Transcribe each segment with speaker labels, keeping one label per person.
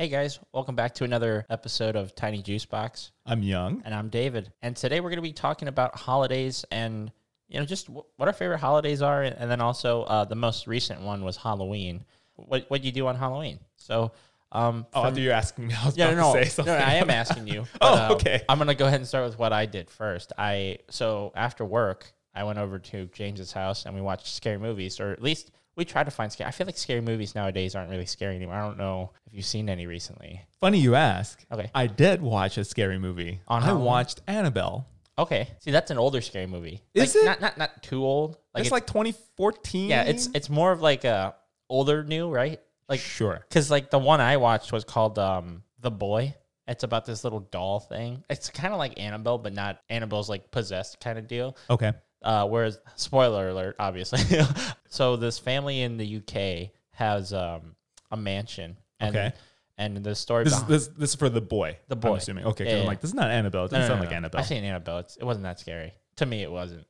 Speaker 1: Hey guys, welcome back to another episode of Tiny Juice Box,
Speaker 2: I'm young.
Speaker 1: and I'm David. And today we're going to be talking about holidays and you know just w- what our favorite holidays are, and then also uh, the most recent one was Halloween. What what do you do on Halloween? So, um,
Speaker 2: Oh, I
Speaker 1: from-
Speaker 2: thought you were asking me. I was
Speaker 1: yeah,
Speaker 2: about
Speaker 1: no,
Speaker 2: to
Speaker 1: no,
Speaker 2: say something.
Speaker 1: no, I am asking you. um,
Speaker 2: Oh, okay.
Speaker 1: I'm gonna go ahead and start with what I did first. I so after work, I went over to James's house and we watched scary movies, or at least we tried to find scary. I feel like scary movies nowadays aren't really scary anymore. I don't know if you've seen any recently.
Speaker 2: Funny you ask.
Speaker 1: Okay.
Speaker 2: I did watch a scary movie.
Speaker 1: On
Speaker 2: I
Speaker 1: Halloween?
Speaker 2: watched Annabelle.
Speaker 1: Okay, see that's an older scary movie.
Speaker 2: Is
Speaker 1: Like,
Speaker 2: it?
Speaker 1: not not not too old? Like
Speaker 2: it's like 2014.
Speaker 1: yeah, it's it's more of like a older new right? Like
Speaker 2: sure.
Speaker 1: because like the one I watched was called um the boy. It's about this little doll thing. It's kind of like Annabelle, but not Annabelle's like possessed kind of deal.
Speaker 2: Okay.
Speaker 1: Uh, whereas, spoiler alert, obviously. so this family in the UK has um, a mansion, and
Speaker 2: Okay.
Speaker 1: and the story
Speaker 2: This is
Speaker 1: behind
Speaker 2: this this is for the boy.
Speaker 1: The boy.
Speaker 2: I'm assuming. Okay. 'cause
Speaker 1: Yeah,
Speaker 2: I'm
Speaker 1: yeah.
Speaker 2: like, this is not Annabelle. It doesn't sound like Annabelle.
Speaker 1: I've seen Annabelle. It's, it wasn't that scary to me. It wasn't.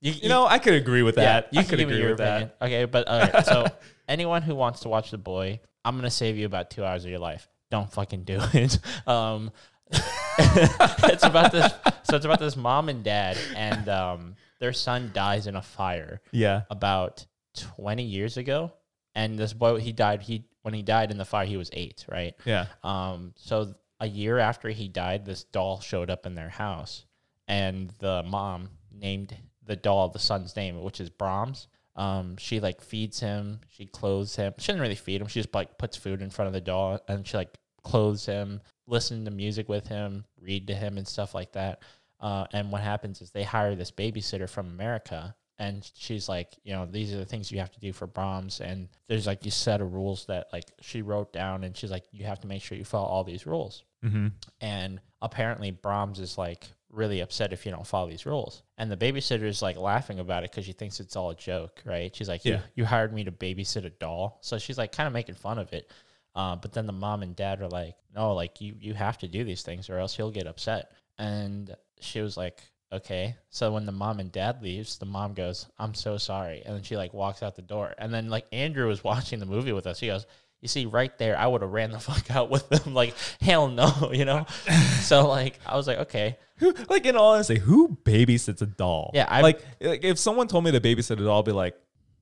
Speaker 2: you know, I could agree with that.
Speaker 1: Yeah, you
Speaker 2: I
Speaker 1: can
Speaker 2: could
Speaker 1: give me
Speaker 2: agree
Speaker 1: your
Speaker 2: with
Speaker 1: opinion.
Speaker 2: that.
Speaker 1: Okay, but all right, so anyone who wants to watch The Boy, I'm gonna save you about two hours of your life. Don't fucking do it. Um, it's about this. So it's about this mom and dad, and um, their son dies in a fire
Speaker 2: Yeah.
Speaker 1: about 20 years ago, and this boy he died. He when he died in the fire, he was eight, right?
Speaker 2: Yeah.
Speaker 1: Um, so a year after he died, this doll showed up in their house, and the mom named the doll the son's name, which is Brahms. Um, she like feeds him, she clothes him. She doesn't really feed him. She just like puts food in front of the doll, and she like clothes him, listen to music with him, read to him, and stuff like that. Uh, and what happens is they hire this babysitter from America, and she's like, you know, these are the things you have to do for Brahms, and there's like this set of rules that like she wrote down, and she's like, you have to make sure you follow all these rules.
Speaker 2: Mm-hmm.
Speaker 1: And apparently, Brahms is like really upset if you don't follow these rules, and the babysitter is like laughing about it because she thinks it's all a joke, right? She's like,
Speaker 2: Yeah.
Speaker 1: you, you hired me to babysit a doll, so she's like kind of making fun of it. Uh, but then the mom and dad are like, no, like you you have to do these things or else he'll get upset. And she was like, okay. So when the mom and dad leaves, the mom goes, I'm so sorry. And then she like walks out the door. And then like Andrew was watching the movie with us. He goes, you see right there, I would have ran the fuck out with them. Like hell no, you know. so like I was like, okay,
Speaker 2: Who, like in all honesty, who babysits a doll?
Speaker 1: Yeah, I-
Speaker 2: like like if someone told me to babysit a doll, I'd be like,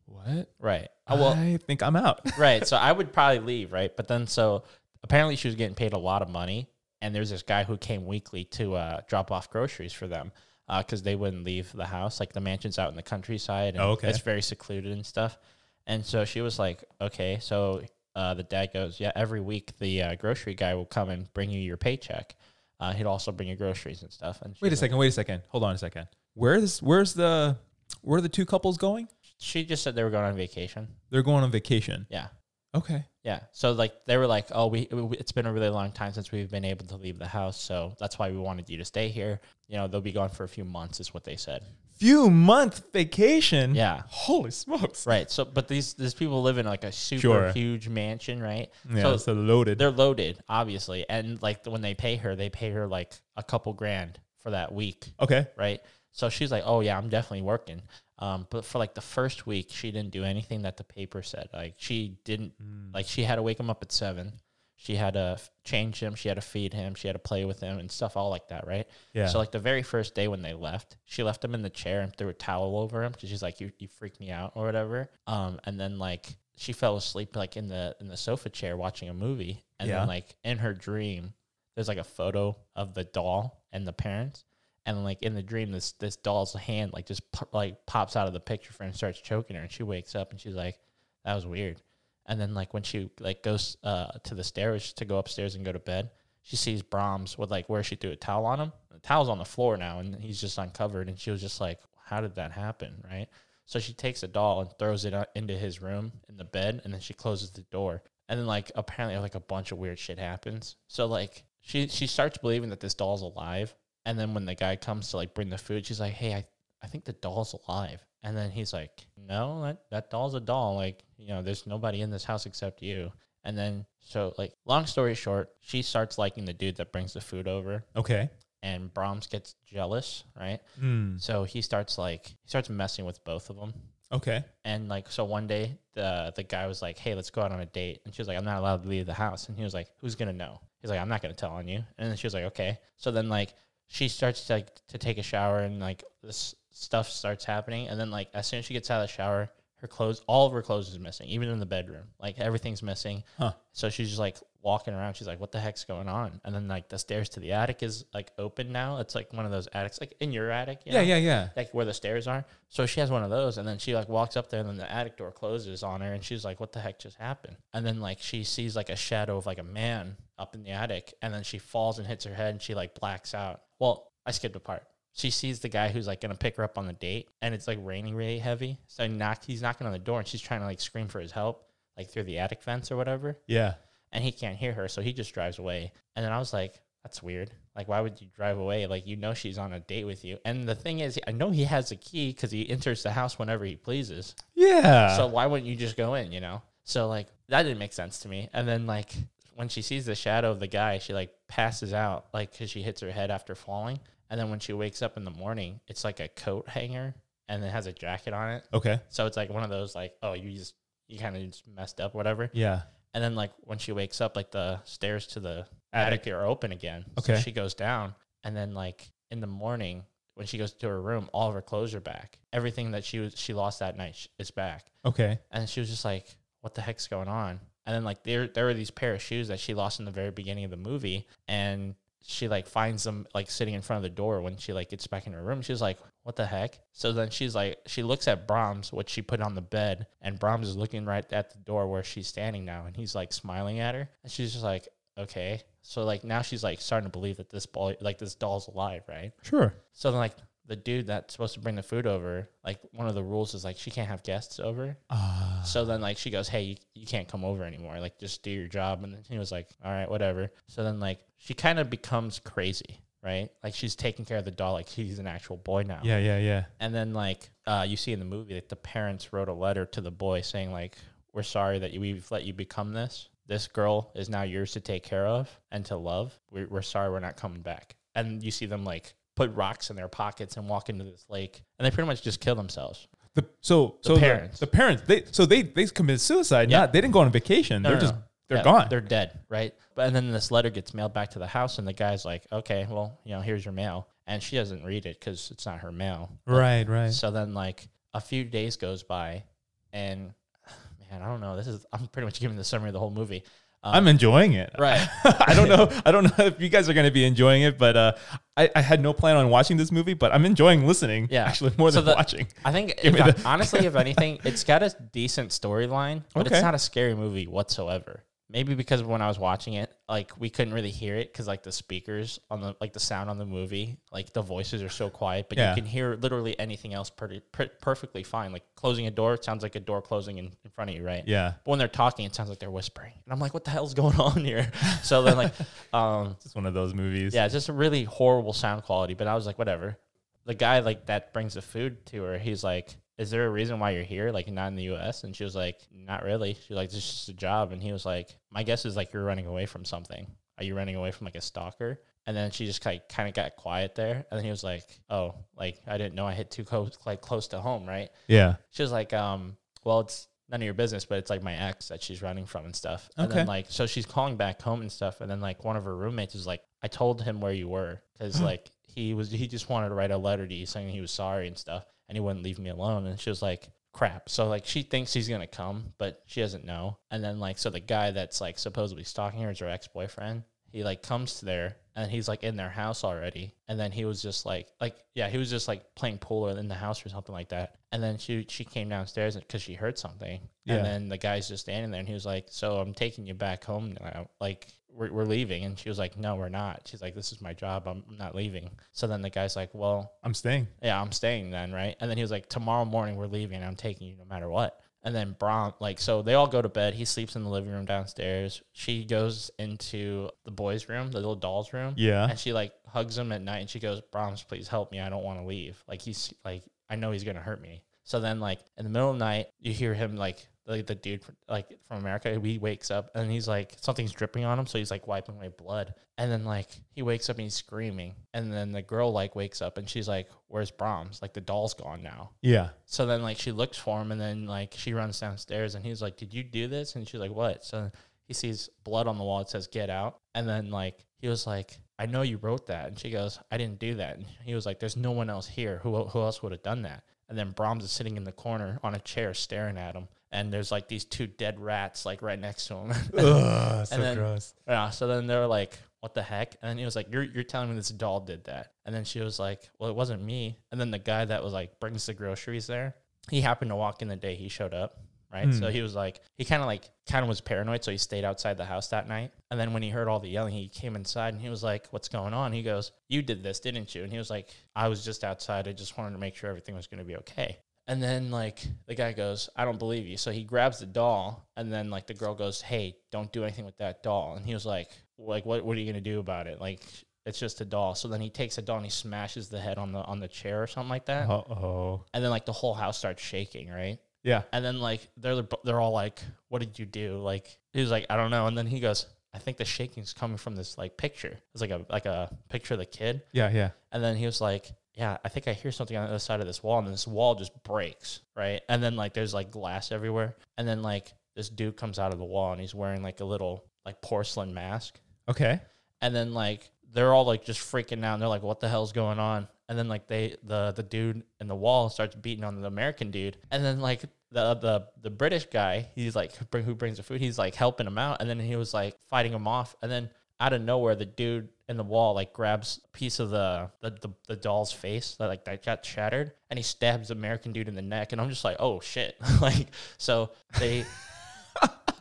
Speaker 2: what?
Speaker 1: right. Uh, well,
Speaker 2: I think I'm out.
Speaker 1: right. So I would probably leave, right? But then so apparently she was getting paid a lot of money, and there's this guy who came weekly to uh, drop off groceries for them because they wouldn't leave the house. Like the mansion's out in the countryside, and
Speaker 2: Oh, okay.
Speaker 1: it's very secluded and stuff. And so she was like, okay, so. Uh, the dad goes, yeah. Every week, the uh, grocery guy will come and bring you your paycheck. Uh, he'd also bring you groceries and stuff. And
Speaker 2: Wait a
Speaker 1: she's like-
Speaker 2: second. Wait a second. Hold on a second. Where's where's the where are the two couples going?
Speaker 1: She just said they were going on vacation.
Speaker 2: They're going on vacation.
Speaker 1: Yeah.
Speaker 2: Okay.
Speaker 1: Yeah. So like they were like, "Oh, we we- it's been a really long time since we've been able to leave the house, so that's why we wanted you to stay here." You know, they'll be gone for a few months is what they said.
Speaker 2: Few month vacation.
Speaker 1: Yeah.
Speaker 2: Holy smokes.
Speaker 1: Right. So but these these people live in like a super
Speaker 2: Sure.
Speaker 1: huge mansion, right?
Speaker 2: Yeah.
Speaker 1: so
Speaker 2: So, loaded.
Speaker 1: they're loaded, obviously. And like when they pay her, they pay her like a couple grand for that week.
Speaker 2: Okay.
Speaker 1: right? So she's like, "Oh yeah, I'm definitely working." Um, but for like the first week, she didn't do anything that the paper said. Like she didn't,
Speaker 2: Hmm.
Speaker 1: like she had to wake him up at seven. She had to f- change him. She had to feed him. She had to play with him and stuff, all like that, right?
Speaker 2: Yeah.
Speaker 1: So like the very first day when they left, she left him in the chair and threw a towel over him because she's like, "You you freaked me out" or whatever. Um, and then like she fell asleep like in the in the sofa chair watching a movie, and
Speaker 2: Yeah.
Speaker 1: then like in her dream, there's like a photo of the doll and the parents, and like in the dream, this this doll's hand like just po- like pops out of the picture frame and starts choking her, and she wakes up and she's like, "That was weird." And then like when she like goes uh, to the stairs to go upstairs and go to bed, she sees Brahms with like where she threw a towel on him. The towel's on the floor now, and he's just uncovered. And she was just like, "How did that happen?" Right. So she takes a doll and throws it out into his room in the bed, and then she closes the door. And then like apparently like a bunch of weird shit happens. So like she she starts believing that this doll's alive. And then when the guy comes to like bring the food, she's like, "Hey, I I think the doll's alive. And then he's like, No, that, that doll's a doll. Like, you know, there's nobody in this house except you. And then, so, like, long story short, she starts liking the dude that brings the food over,
Speaker 2: okay.
Speaker 1: and Brahms gets jealous, right?
Speaker 2: Hmm.
Speaker 1: So he starts, like, he starts messing with both of them.
Speaker 2: Okay.
Speaker 1: And like so one day the the guy was like, "Hey, let's go out on a date." And she was like, "I'm not allowed to leave the house." And he was like, "Who's going to know?" He's like, "I'm not going to tell on you." And then she was like, "Okay." So then like she starts to like to take a shower and like this stuff starts happening and then like as soon as she gets out of the shower, her clothes, all of her clothes is missing, even in the bedroom. Like everything's missing.
Speaker 2: Huh.
Speaker 1: So she's just like walking around. She's like, "What the heck's going on?" And then like the stairs to the attic is like open now. It's like one of those attics, like in your attic. you
Speaker 2: Yeah,
Speaker 1: know?
Speaker 2: yeah, yeah.
Speaker 1: like where the stairs are. So she has one of those, and then she like walks up there, and then the attic door closes on her, and she's like, "What the heck just happened?" And then like she sees like a shadow of like a man up in the attic, and then she falls and hits her head, and she like blacks out. Well, I skipped a part. She sees the guy who's like gonna pick her up on the date, and it's like raining really heavy. So he knocked, he's knocking on the door, and she's trying to like scream for his help, like through the attic fence or whatever
Speaker 2: Yeah.
Speaker 1: and he can't hear her, so he just drives away. And then I was like, that's weird. Like, why would you drive away? Like, you know she's on a date with you. And the thing is, I know he has a key because he enters the house whenever he pleases.
Speaker 2: Yeah.
Speaker 1: so why wouldn't you just go in? You know? So like that didn't make sense to me. And then like when she sees the shadow of the guy, she like passes out like because she hits her head after falling. And then when she wakes up in the morning, it's like a coat hanger and it has a jacket on it.
Speaker 2: okay.
Speaker 1: So it's like one of those like, oh, you just you kind of just messed up, whatever.
Speaker 2: Yeah.
Speaker 1: And then like when she wakes up, like the stairs to the attic, are open again.
Speaker 2: Okay.
Speaker 1: So she goes down and then like in the morning when she goes to her room, all of her clothes are back. Everything that she was she lost that night sh- is back.
Speaker 2: Okay.
Speaker 1: And she was just like, What the heck's going on? And then like there there were these pair of shoes that she lost in the very beginning of the movie and she like finds them like sitting in front of the door when she like gets back in her room. She's like, What the heck? So then she's like she looks at Brahms, what she put on the bed, and Brahms is looking right at the door where she's standing now and he's like smiling at her and she's just like, Okay. So like now she's like starting to believe that this ball like this doll's alive, right?
Speaker 2: Sure.
Speaker 1: So then like the dude that's supposed to bring the food over, like one of the rules is like she can't have guests over.
Speaker 2: Uh,
Speaker 1: So then, like, she goes, Hey, you, you can't come over anymore. Like, just do your job. And then he was like, All right, whatever. So then, like, she kind of becomes crazy, right? Like, she's taking care of the doll. Like, he's an actual boy now.
Speaker 2: yeah, yeah, yeah.
Speaker 1: And then, like, uh, you see in the movie, like, the parents wrote a letter to the boy saying, like, We're sorry that you, we've let you become this. This girl is now yours to take care of and to love. We're, we're sorry we're not coming back. And you see them, like, put rocks in their pockets and walk into this lake. And they pretty much just kill themselves.
Speaker 2: The so so the
Speaker 1: parents.
Speaker 2: The, parents. They so they they committed suicide.
Speaker 1: Yeah.
Speaker 2: Not they didn't go on vacation.
Speaker 1: No,
Speaker 2: they're
Speaker 1: no,
Speaker 2: just
Speaker 1: no.
Speaker 2: they're
Speaker 1: Yeah,
Speaker 2: gone.
Speaker 1: They're dead, right? But and then this letter gets mailed back to the house, and the guy's like, "Okay, well, you know, here's your mail," and she doesn't read it because it's not her mail.
Speaker 2: right. Right.
Speaker 1: So then, like a few days goes by, and man, I don't know. This is I'm pretty much giving the summary of the whole movie. Um,
Speaker 2: I'm enjoying it.
Speaker 1: right.
Speaker 2: I don't know. I don't know if you guys are going to be enjoying it, but uh, I, I had no plan on watching this movie, but I'm enjoying listening.
Speaker 1: Yeah.
Speaker 2: actually more
Speaker 1: So
Speaker 2: than
Speaker 1: the-
Speaker 2: watching.
Speaker 1: I think if
Speaker 2: Give me
Speaker 1: I-
Speaker 2: the-
Speaker 1: honestly, if anything, it's got a decent storyline, but
Speaker 2: Okay.
Speaker 1: it's not a scary movie whatsoever. Maybe because when I was watching it, like we couldn't really hear it because like the speakers on the like the sound on the movie, like the voices are so quiet, but
Speaker 2: Yeah.
Speaker 1: you can hear literally anything else pretty, per- perfectly fine. Like closing a door, it sounds like a door closing in, in front of you, right?
Speaker 2: Yeah,
Speaker 1: But when they're talking, it sounds like they're whispering, and I'm like, what the hell's going on here? So then like, um,
Speaker 2: it's one of those movies.
Speaker 1: yeah, it's just a really horrible sound quality. But I was like, whatever. The guy like that brings the food to her. He's like, "Is there a reason why you're here? Like not in the U.S.?" And she was like, "Not really." She was like, "This is just a job." And he was like, "My guess is like you're running away from something. Are you running away from like a stalker?" And then she just like kind of got quiet there. And then he was like, "Oh, like I didn't know I hit too close, like close to home, right?"
Speaker 2: yeah.
Speaker 1: she was like, um, well, it's none of your business, but it's like my ex that she's running from and stuff. And
Speaker 2: Okay.
Speaker 1: then like, so she's calling back home and stuff. And then like one of her roommates is like, I told him where you were
Speaker 2: Mm-hmm.
Speaker 1: because like he was, he just wanted to write a letter to you saying he was sorry and stuff. And he wouldn't leave me alone. And she was like, crap. So like she thinks he's going to come, but she doesn't know. And then like, so the guy that's like supposedly stalking her is her ex-boyfriend. He like comes to there and he's like in their house already. And then he was just like, like, yeah, he was just like playing pool or in the house or something like that. And then she, she came downstairs because she heard something.
Speaker 2: Yeah.
Speaker 1: And then the guy's just standing there and he was like, so I'm taking you back home now. Like we're, we're leaving. And she was like, no, we're not. She's like, this is my job. I'm not leaving. So then the guy's like, well,
Speaker 2: I'm staying.
Speaker 1: yeah, I'm staying then, right? And then he was like, tomorrow morning we're leaving and I'm taking you no matter what. And then Brom, like, so they all go to bed. He sleeps in the living room downstairs. She goes into the boys' room, the little doll's room.
Speaker 2: Yeah.
Speaker 1: And she like hugs him at night and she goes, Brahms, please help me. I don't want to leave. Like he's like, I know he's gonna hurt me. So then, like in the middle of the night, you hear him like like the dude from, like from America. He wakes up and he's like something's dripping on him, so he's like wiping away blood. And then like he wakes up and he's screaming. And then the girl like wakes up and she's like, "Where's Brahms? Like the doll's gone now."
Speaker 2: Yeah.
Speaker 1: So then like she looks for him and then like she runs downstairs and he's like, Did you do this? And she's like, What? So he sees blood on the wall. It says get out. And then like he was like, I know you wrote that. And she goes, I didn't do that. And he was like, There's no one else here. Who who else would have done that? And then Brahms is sitting in the corner on a chair staring at him. And there's like these two dead rats like right next to him.
Speaker 2: Ugh, so
Speaker 1: And then-
Speaker 2: gross.
Speaker 1: Yeah. So then they're like, "What the heck?" And then he was like, "You're you're telling me this doll did that?" And then she was like, "Well, it wasn't me." And then the guy that was like brings the groceries there, he happened to walk in the day he showed up, right? So he was like, he kind of like kind of was paranoid, so he stayed outside the house that night. And then when he heard all the yelling, he came inside and he was like, "What's going on?" He goes, "You did this, didn't you?" And he was like, "I was just outside. I just wanted to make sure everything was going to be okay." And then like the guy goes, I don't believe you. So he grabs the doll and then like the girl goes, Hey, don't do anything with that doll. And he was like, like what what are you gonna do about it? Like it's just a doll. So then he takes a doll and he smashes the head on the on the chair or something like that.
Speaker 2: Uh oh.
Speaker 1: And then like the whole house starts shaking, right?
Speaker 2: Yeah.
Speaker 1: And then like they're they're all like, What did you do? Like he was like, I don't know. And then he goes, I think the shaking's coming from this like picture. It's like a like a picture of the kid.
Speaker 2: Yeah. Yeah.
Speaker 1: And then he was like, Yeah, I think I hear something on the other side of this wall. And this wall just breaks, right? And then like there's like glass everywhere. And then like this dude comes out of the wall and he's wearing like a little like porcelain mask.
Speaker 2: Okay.
Speaker 1: And then like they're all like just freaking out and they're like, What the hell's going on? And then like they the the dude in the wall starts beating on the American dude. And then like the, the the British guy, he's like who bring, who brings the food, he's like helping him out, and then he was like fighting him off, and then out of nowhere, the dude in the wall like grabs a piece of the the, the, the doll's face that like that got shattered, and he stabs the American dude in the neck, and I'm just like, oh shit, like so they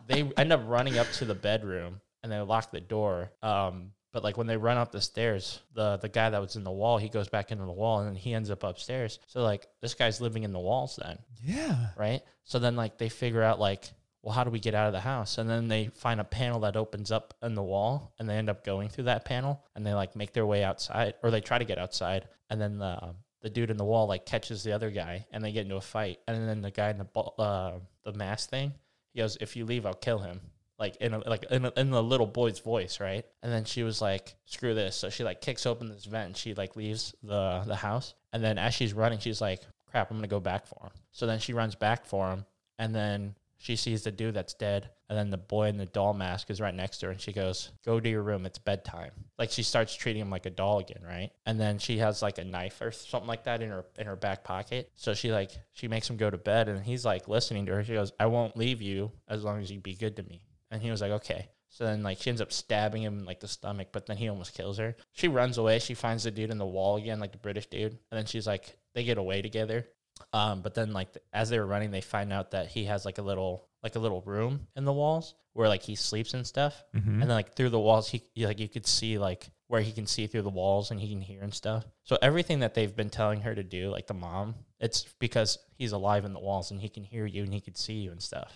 Speaker 1: they end up running up to the bedroom and they lock the door. Um, but like when they run up the stairs, the the guy that was in the wall, he goes back into the wall, and then he ends up upstairs. So like this guy's living in the walls then
Speaker 2: Yeah.
Speaker 1: right? So then like they figure out like, well, how do we get out of the house? And then they find a panel that opens up in the wall, and they end up going through that panel, and they like make their way outside, or they try to get outside, and then the um, the dude in the wall like catches the other guy, and they get into a fight, and then the guy in the ball, uh, the mask thing, he goes, "If you leave, I'll kill him." Like in a, like in, a, in the little boy's voice, right? And then she was like, "Screw this!" So she like kicks open this vent, and she like leaves the the house, and then as she's running, she's like, crap, I'm gonna go back for him. So then she runs back for him, and then she sees the dude that's dead, and then the boy in the doll mask is right next to her, and she goes, "Go to your room. It's bedtime." Like she starts treating him like a doll again, right? And then she has like a knife or something like that in her in her back pocket. So she like she makes him go to bed, and he's like listening to her. She goes, "I won't leave you as long as you be good to me." And he was like, "Okay." So then, like, she ends up stabbing him in, like, the stomach, but then he almost kills her. She runs away. She finds the dude in the wall again, like, the British dude. And then she's like, they get away together. Um, but then, like, th- as they were running, they find out that he has, like, a little, like, a little room in the walls where, like, he sleeps and stuff. And then, like, through the walls, he, you- like, you could see, like, where he can see through the walls and he can hear and stuff. So everything that they've been telling her to do, like, the mom, it's because he's alive in the walls and he can hear you and he can see you and stuff.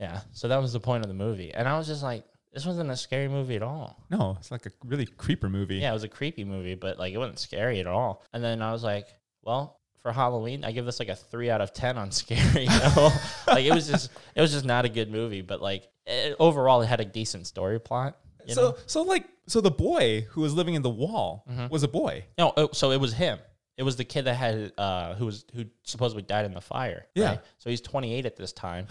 Speaker 1: Yeah. So that was the point of the movie. And I was just like, this wasn't a scary movie at all.
Speaker 2: No, it's like a really creeper movie.
Speaker 1: Yeah, it was a creepy movie, but like it wasn't scary at all. And then I was like, well, for Halloween, I give this like a three out of ten on scary. You know? like it was just, it was just not a good movie. But like it, overall, it had a decent story plot. You
Speaker 2: so
Speaker 1: know? Mm-hmm.
Speaker 2: so like so the boy who was living in the wall was a boy.
Speaker 1: No, oh, so it was him. It was the kid that had uh, who was who supposedly died in the fire.
Speaker 2: Yeah.
Speaker 1: So he's 28 at this time.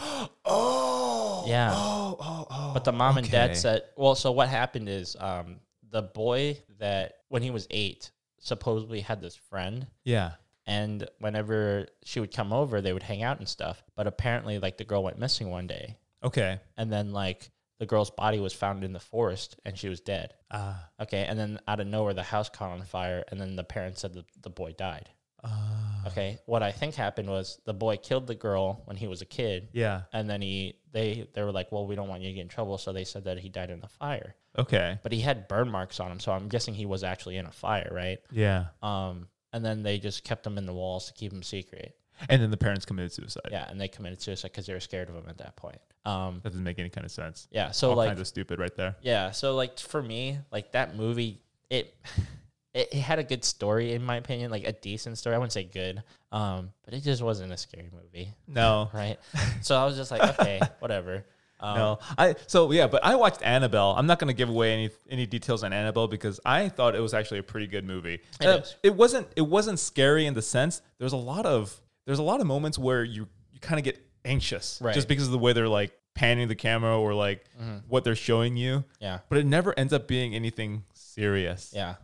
Speaker 2: Oh.
Speaker 1: Yeah.
Speaker 2: Oh, oh, oh.
Speaker 1: But the mom and dad
Speaker 2: Okay.
Speaker 1: said, well, so what happened is um, the boy that, when he was eight, supposedly had this friend.
Speaker 2: Yeah.
Speaker 1: And whenever she would come over, they would hang out and stuff. But apparently, like, the girl went missing one day.
Speaker 2: Okay.
Speaker 1: And then, like, the girl's body was found in the forest and she was dead.
Speaker 2: Ah.
Speaker 1: Okay. And then out of nowhere, the house caught on fire. And then the parents said the, the boy died.
Speaker 2: Ah.
Speaker 1: Okay. What I think happened was the boy killed the girl when he was a kid.
Speaker 2: yeah.
Speaker 1: And then he, they, they were like, well, we don't want you to get in trouble. So they said that he died in the fire
Speaker 2: Okay.
Speaker 1: but he had burn marks on him, so I'm guessing he was actually in a fire, right?
Speaker 2: Yeah.
Speaker 1: Um, and then they just kept him in the walls to keep him secret.
Speaker 2: And then the parents committed suicide.
Speaker 1: Yeah, and they committed suicide because they were scared of him at that point. Um,
Speaker 2: That doesn't make any kind of sense.
Speaker 1: yeah, so
Speaker 2: All
Speaker 1: like,
Speaker 2: kinds of stupid right there.
Speaker 1: yeah, so like for me, like that movie, it it, it had a good story in my opinion, like a decent story. I wouldn't say good, um, but it just wasn't a scary movie,
Speaker 2: No,
Speaker 1: right? so I was just like, okay, whatever. Um,
Speaker 2: no. I so yeah, but I watched Annabelle. I'm not going to give away any any details on Annabelle because I thought it was actually a pretty good movie. Uh,
Speaker 1: It is.
Speaker 2: it wasn't it wasn't scary in the sense there's a lot of there's a lot of moments where you you kind of get anxious
Speaker 1: Right. Mm-hmm.
Speaker 2: just because of the way they're like panning the camera or like what they're showing you.
Speaker 1: Yeah.
Speaker 2: But it never ends up being anything serious.
Speaker 1: Yeah.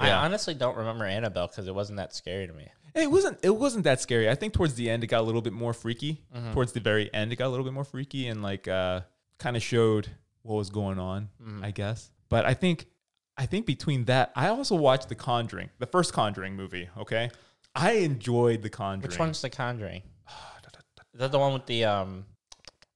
Speaker 2: Yeah.
Speaker 1: I honestly don't remember Annabelle because it wasn't that scary to me.
Speaker 2: And It wasn't. It wasn't that scary. I think towards the end it got a little bit more freaky. Towards the very end it got a little bit more freaky and like uh, kind of showed what was going on, I guess. But I think I think between that, I also watched The Conjuring, the first Conjuring movie. Okay, I enjoyed The Conjuring.
Speaker 1: Which one's The Conjuring? Is that the one with the um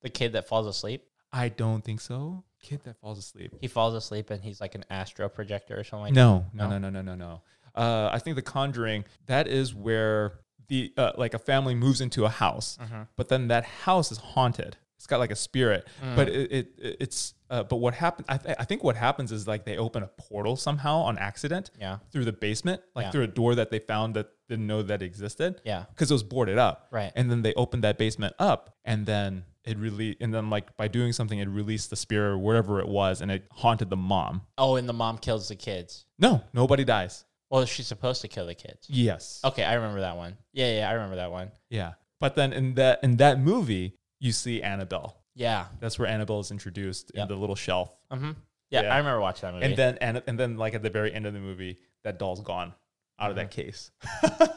Speaker 1: the kid that falls asleep?
Speaker 2: I don't think so. Kid that falls asleep.
Speaker 1: He falls asleep and he's like an astro projector or something like
Speaker 2: No, no,
Speaker 1: No?
Speaker 2: no, no, no, no, no. Uh, I think The Conjuring. That is where the uh, like a family moves into a house,
Speaker 1: Mm-hmm.
Speaker 2: but then that house is haunted. It's got like a spirit,
Speaker 1: Mm.
Speaker 2: but it, it it's uh, but what happened? I, th- I think what happens is like they open a portal somehow on accident.
Speaker 1: Yeah.
Speaker 2: Through the basement, like
Speaker 1: Yeah.
Speaker 2: through a door that they found that didn't know that existed.
Speaker 1: Yeah.
Speaker 2: Because it was boarded up.
Speaker 1: Right.
Speaker 2: And then they opened that basement up, and then it really, and then like by doing something, it released the spirit or whatever it was, and it haunted the mom.
Speaker 1: that. Oh, and the mom kills the kids.
Speaker 2: No, nobody dies.
Speaker 1: Well, she's supposed to kill the kids.
Speaker 2: Yes.
Speaker 1: Okay, I remember that one. Yeah, yeah, I remember that one.
Speaker 2: Yeah. But then in that in that movie, you see Annabelle.
Speaker 1: Yeah.
Speaker 2: That's where Annabelle is introduced
Speaker 1: Yep.
Speaker 2: in the little shelf.
Speaker 1: Mm-hmm. Yeah,
Speaker 2: Yeah.
Speaker 1: I remember watching that movie.
Speaker 2: And then and, and then like at the very end of the movie, that doll's gone out of that
Speaker 1: Mm-hmm.
Speaker 2: case.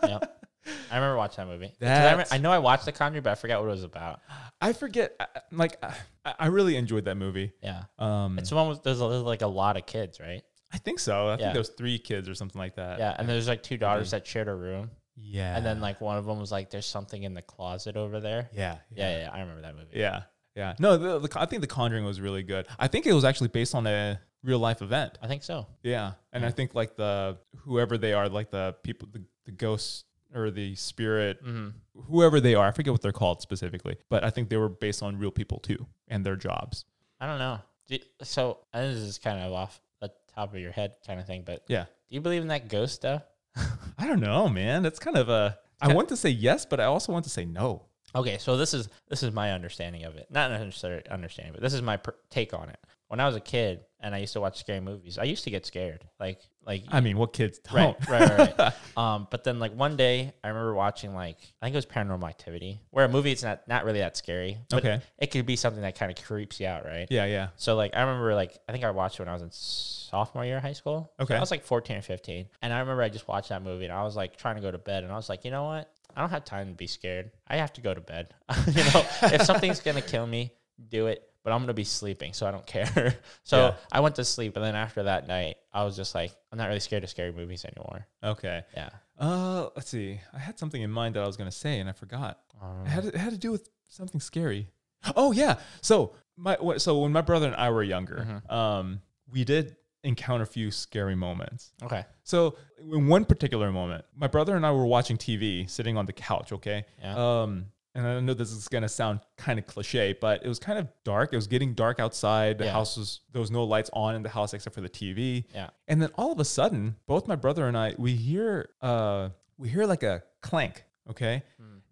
Speaker 1: Yep. I remember watching that movie. 'Cause I, remember,
Speaker 2: That's-
Speaker 1: I know I watched The Conjuring, but I forgot what it was about.
Speaker 2: I forget I- like I, I really enjoyed that movie.
Speaker 1: Yeah.
Speaker 2: Um
Speaker 1: It's the one with there's, a, there's like a lot of kids, right?
Speaker 2: I think so. I
Speaker 1: Yeah.
Speaker 2: think there was three kids or something like that.
Speaker 1: Yeah, and there's like two daughters that shared a room,
Speaker 2: Yeah.
Speaker 1: and then like one of them was like, "There's something in the closet over there."
Speaker 2: yeah.
Speaker 1: Yeah, yeah, I remember that movie.
Speaker 2: Yeah. Yeah. No, the, the, I think The Conjuring was really good. I think it was actually based on a real life event.
Speaker 1: I think so.
Speaker 2: Yeah, and I think like the whoever they are, like the people, the, the ghosts or the spirit, whoever they are, I forget what they're called specifically, but I think they were based on real people too and their jobs.
Speaker 1: I don't know. Do you- so and this is kind of off the top of your head kind of thing, but
Speaker 2: Yeah,
Speaker 1: do you believe in that ghost stuff?
Speaker 2: I don't know, man. That's kind of a. I want to say yes, but I also want to say no.
Speaker 1: Okay, so this is this is my understanding of it. Not necessarily understanding, but this is my per- take on it. When I was a kid and I used to watch scary movies, I used to get scared. Like like
Speaker 2: I mean, what kids don't?
Speaker 1: Right, right, right. right. um, but then like one day, I remember watching like I think it was Paranormal Activity, where a movie it's not not really that scary, but
Speaker 2: Okay.
Speaker 1: it could be something that kind of creeps you out, right?
Speaker 2: Yeah, yeah.
Speaker 1: So like I remember like I think I watched it when I was in sophomore year of high school. So
Speaker 2: Okay.
Speaker 1: I was like 14 or 15, and I remember I just watched that movie, and I was like trying to go to bed, and I was like, you know what? I don't have time to be scared. I have to go to bed. you know, if something's gonna kill me, do it. But I'm gonna be sleeping, so I don't care. so
Speaker 2: Yeah.
Speaker 1: I went to sleep, and then after that night, I was just like, I'm not really scared of scary movies anymore.
Speaker 2: Okay.
Speaker 1: Yeah.
Speaker 2: Uh, let's see. I had something in mind that I was gonna say and I forgot.
Speaker 1: Um,
Speaker 2: It had, it had to do with something scary. Oh yeah. So my wh- so when my brother and I were younger,
Speaker 1: Mm-hmm.
Speaker 2: um, we did encounter a few scary moments.
Speaker 1: okay.
Speaker 2: So in one particular moment, my brother and I were watching TV, sitting on the couch. Okay.
Speaker 1: Yeah.
Speaker 2: Um, and I know this is gonna sound kind of cliche, but it was kind of dark. It was getting dark outside. The
Speaker 1: Yeah.
Speaker 2: house was there was no lights on in the house except for the TV.
Speaker 1: Yeah.
Speaker 2: And then all of a sudden, both my brother and I, we hear uh we hear like a clank, okay?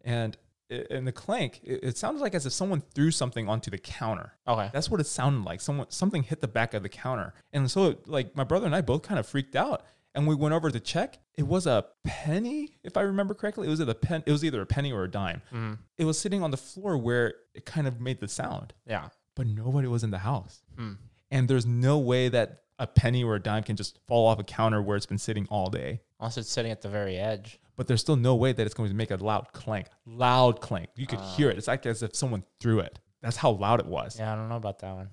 Speaker 2: And i- and the clank, it, it sounds like as if someone threw something onto the counter.
Speaker 1: Okay.
Speaker 2: That's what it sounded like. Someone something hit the back of the counter. And so like my brother and I both kind of freaked out. And we went over to check. It was a penny, if I remember correctly. It was either a pen it was either a penny or a dime. It was sitting on the floor where it kind of made the sound
Speaker 1: Yeah.
Speaker 2: but nobody was in the house.
Speaker 1: Hmm.
Speaker 2: And there's no way that a penny or a dime can just fall off a counter where it's been sitting all day.
Speaker 1: Unless it's sitting at the very edge.
Speaker 2: But there's still no way that it's going to make a loud clank. Loud clank. You could hear it. It's like as if someone threw it. That's how loud it was. Yeah.
Speaker 1: Yeah, I don't know about that one.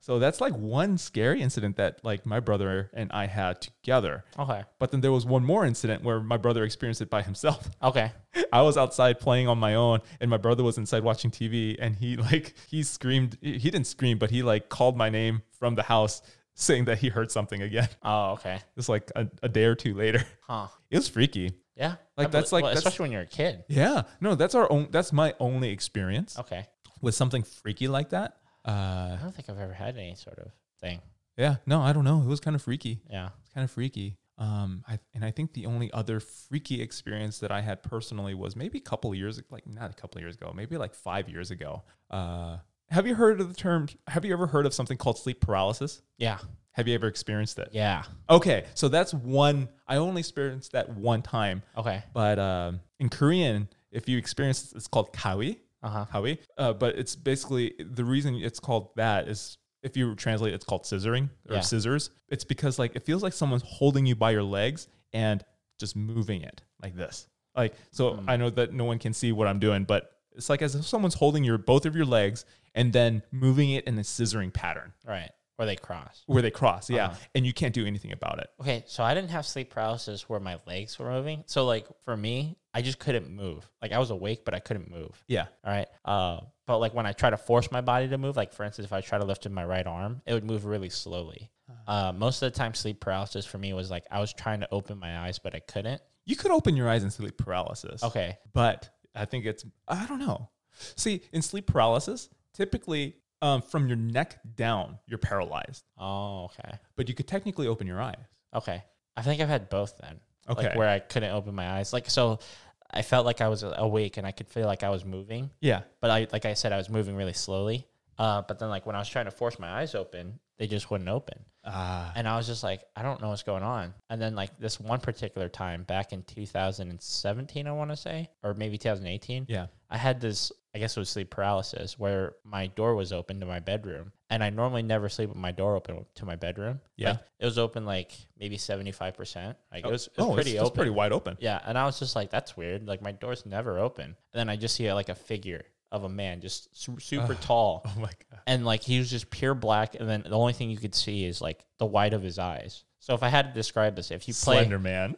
Speaker 2: So that's like one scary incident that like my brother and I had together.
Speaker 1: Okay.
Speaker 2: But then there was one more incident where my brother experienced it by himself.
Speaker 1: Okay.
Speaker 2: I was outside playing on my own, and my brother was inside watching TV. And he like he screamed. He didn't scream, but he like called my name from the house, saying that he heard something again.
Speaker 1: Oh, okay.
Speaker 2: It's like a, a day or two later.
Speaker 1: Huh.
Speaker 2: It was freaky.
Speaker 1: Yeah.
Speaker 2: Like,
Speaker 1: I
Speaker 2: that's
Speaker 1: belie-
Speaker 2: like- that's-
Speaker 1: especially when you're a kid.
Speaker 2: Yeah. No, that's our own. That's my only experience
Speaker 1: Okay.
Speaker 2: with something freaky like that. Uh,
Speaker 1: I don't think I've ever had any sort of thing.
Speaker 2: yeah. No, I don't know. It was kind of freaky.
Speaker 1: Yeah.
Speaker 2: It's kind of freaky. Um, I, and I think the only other freaky experience that I had personally was maybe a couple of years, like not a couple of years ago, maybe like five years ago. Uh, have you heard of the term? Have you ever heard of something called sleep paralysis?
Speaker 1: Yeah.
Speaker 2: Have you ever experienced that?
Speaker 1: Yeah.
Speaker 2: Okay, so that's one. I only experienced that one time,
Speaker 1: Okay.
Speaker 2: but um, in Korean, if you experience, it's called kawi.
Speaker 1: Uh huh.
Speaker 2: Howie. Uh, but it's basically the reason it's called that is if you translate, it's called scissoring or
Speaker 1: Yeah.
Speaker 2: scissors. It's because like it feels like someone's holding you by your legs and just moving it like this. Like so,
Speaker 1: Hmm.
Speaker 2: I know that no one can see what I'm doing, but it's like as if someone's holding your both of your legs and then moving it in a scissoring pattern
Speaker 1: Right. Or they cross.
Speaker 2: where they cross. Yeah,
Speaker 1: Uh-huh.
Speaker 2: and you can't do anything about it.
Speaker 1: Okay, so I didn't have sleep paralysis where my legs were moving. So like for me, I just couldn't move. Like I was awake, but I couldn't move.
Speaker 2: Yeah,
Speaker 1: All right. Uh, but like when I try to force my body to move, like for instance, if I try to lift my right arm, it would move really slowly.
Speaker 2: Uh-huh.
Speaker 1: Uh, most of the time, sleep paralysis for me was like I was trying to open my eyes, but I couldn't.
Speaker 2: you could open your eyes and sleep paralysis.
Speaker 1: Okay.
Speaker 2: but I think it's I don't know. See, in sleep paralysis, typically um, from your neck down, you're paralyzed,
Speaker 1: Oh, okay.
Speaker 2: but you could technically open your eyes.
Speaker 1: Okay. I think I've had both then.
Speaker 2: Okay.
Speaker 1: Like where I couldn't open my eyes. Like so, I felt like I was awake and I could feel like I was moving,
Speaker 2: Yeah,
Speaker 1: but I like I said I was moving really slowly. Uh, but then like when I was trying to force my eyes open, they just wouldn't open,
Speaker 2: ah,
Speaker 1: and I was just like, I don't know what's going on. And then like this one particular time back in 2017, I want to say, or maybe 2018,
Speaker 2: yeah,
Speaker 1: I had this. I guess it was sleep paralysis where my door was open to my bedroom, and I normally never sleep with my door open to my bedroom.
Speaker 2: Yeah.
Speaker 1: Like, it was open like maybe seventy five percent. Like it was, it was
Speaker 2: oh,
Speaker 1: pretty
Speaker 2: it's,
Speaker 1: open.
Speaker 2: it's pretty wide open.
Speaker 1: Yeah, and I was just like, that's weird. Like my door's never open. And then I just see like a figure of a man, just su- super tall,
Speaker 2: Oh my god,
Speaker 1: and like he was just pure black. And then the only thing you could see is like the white of his eyes. So if I had to describe this, if you play
Speaker 2: Slender Man.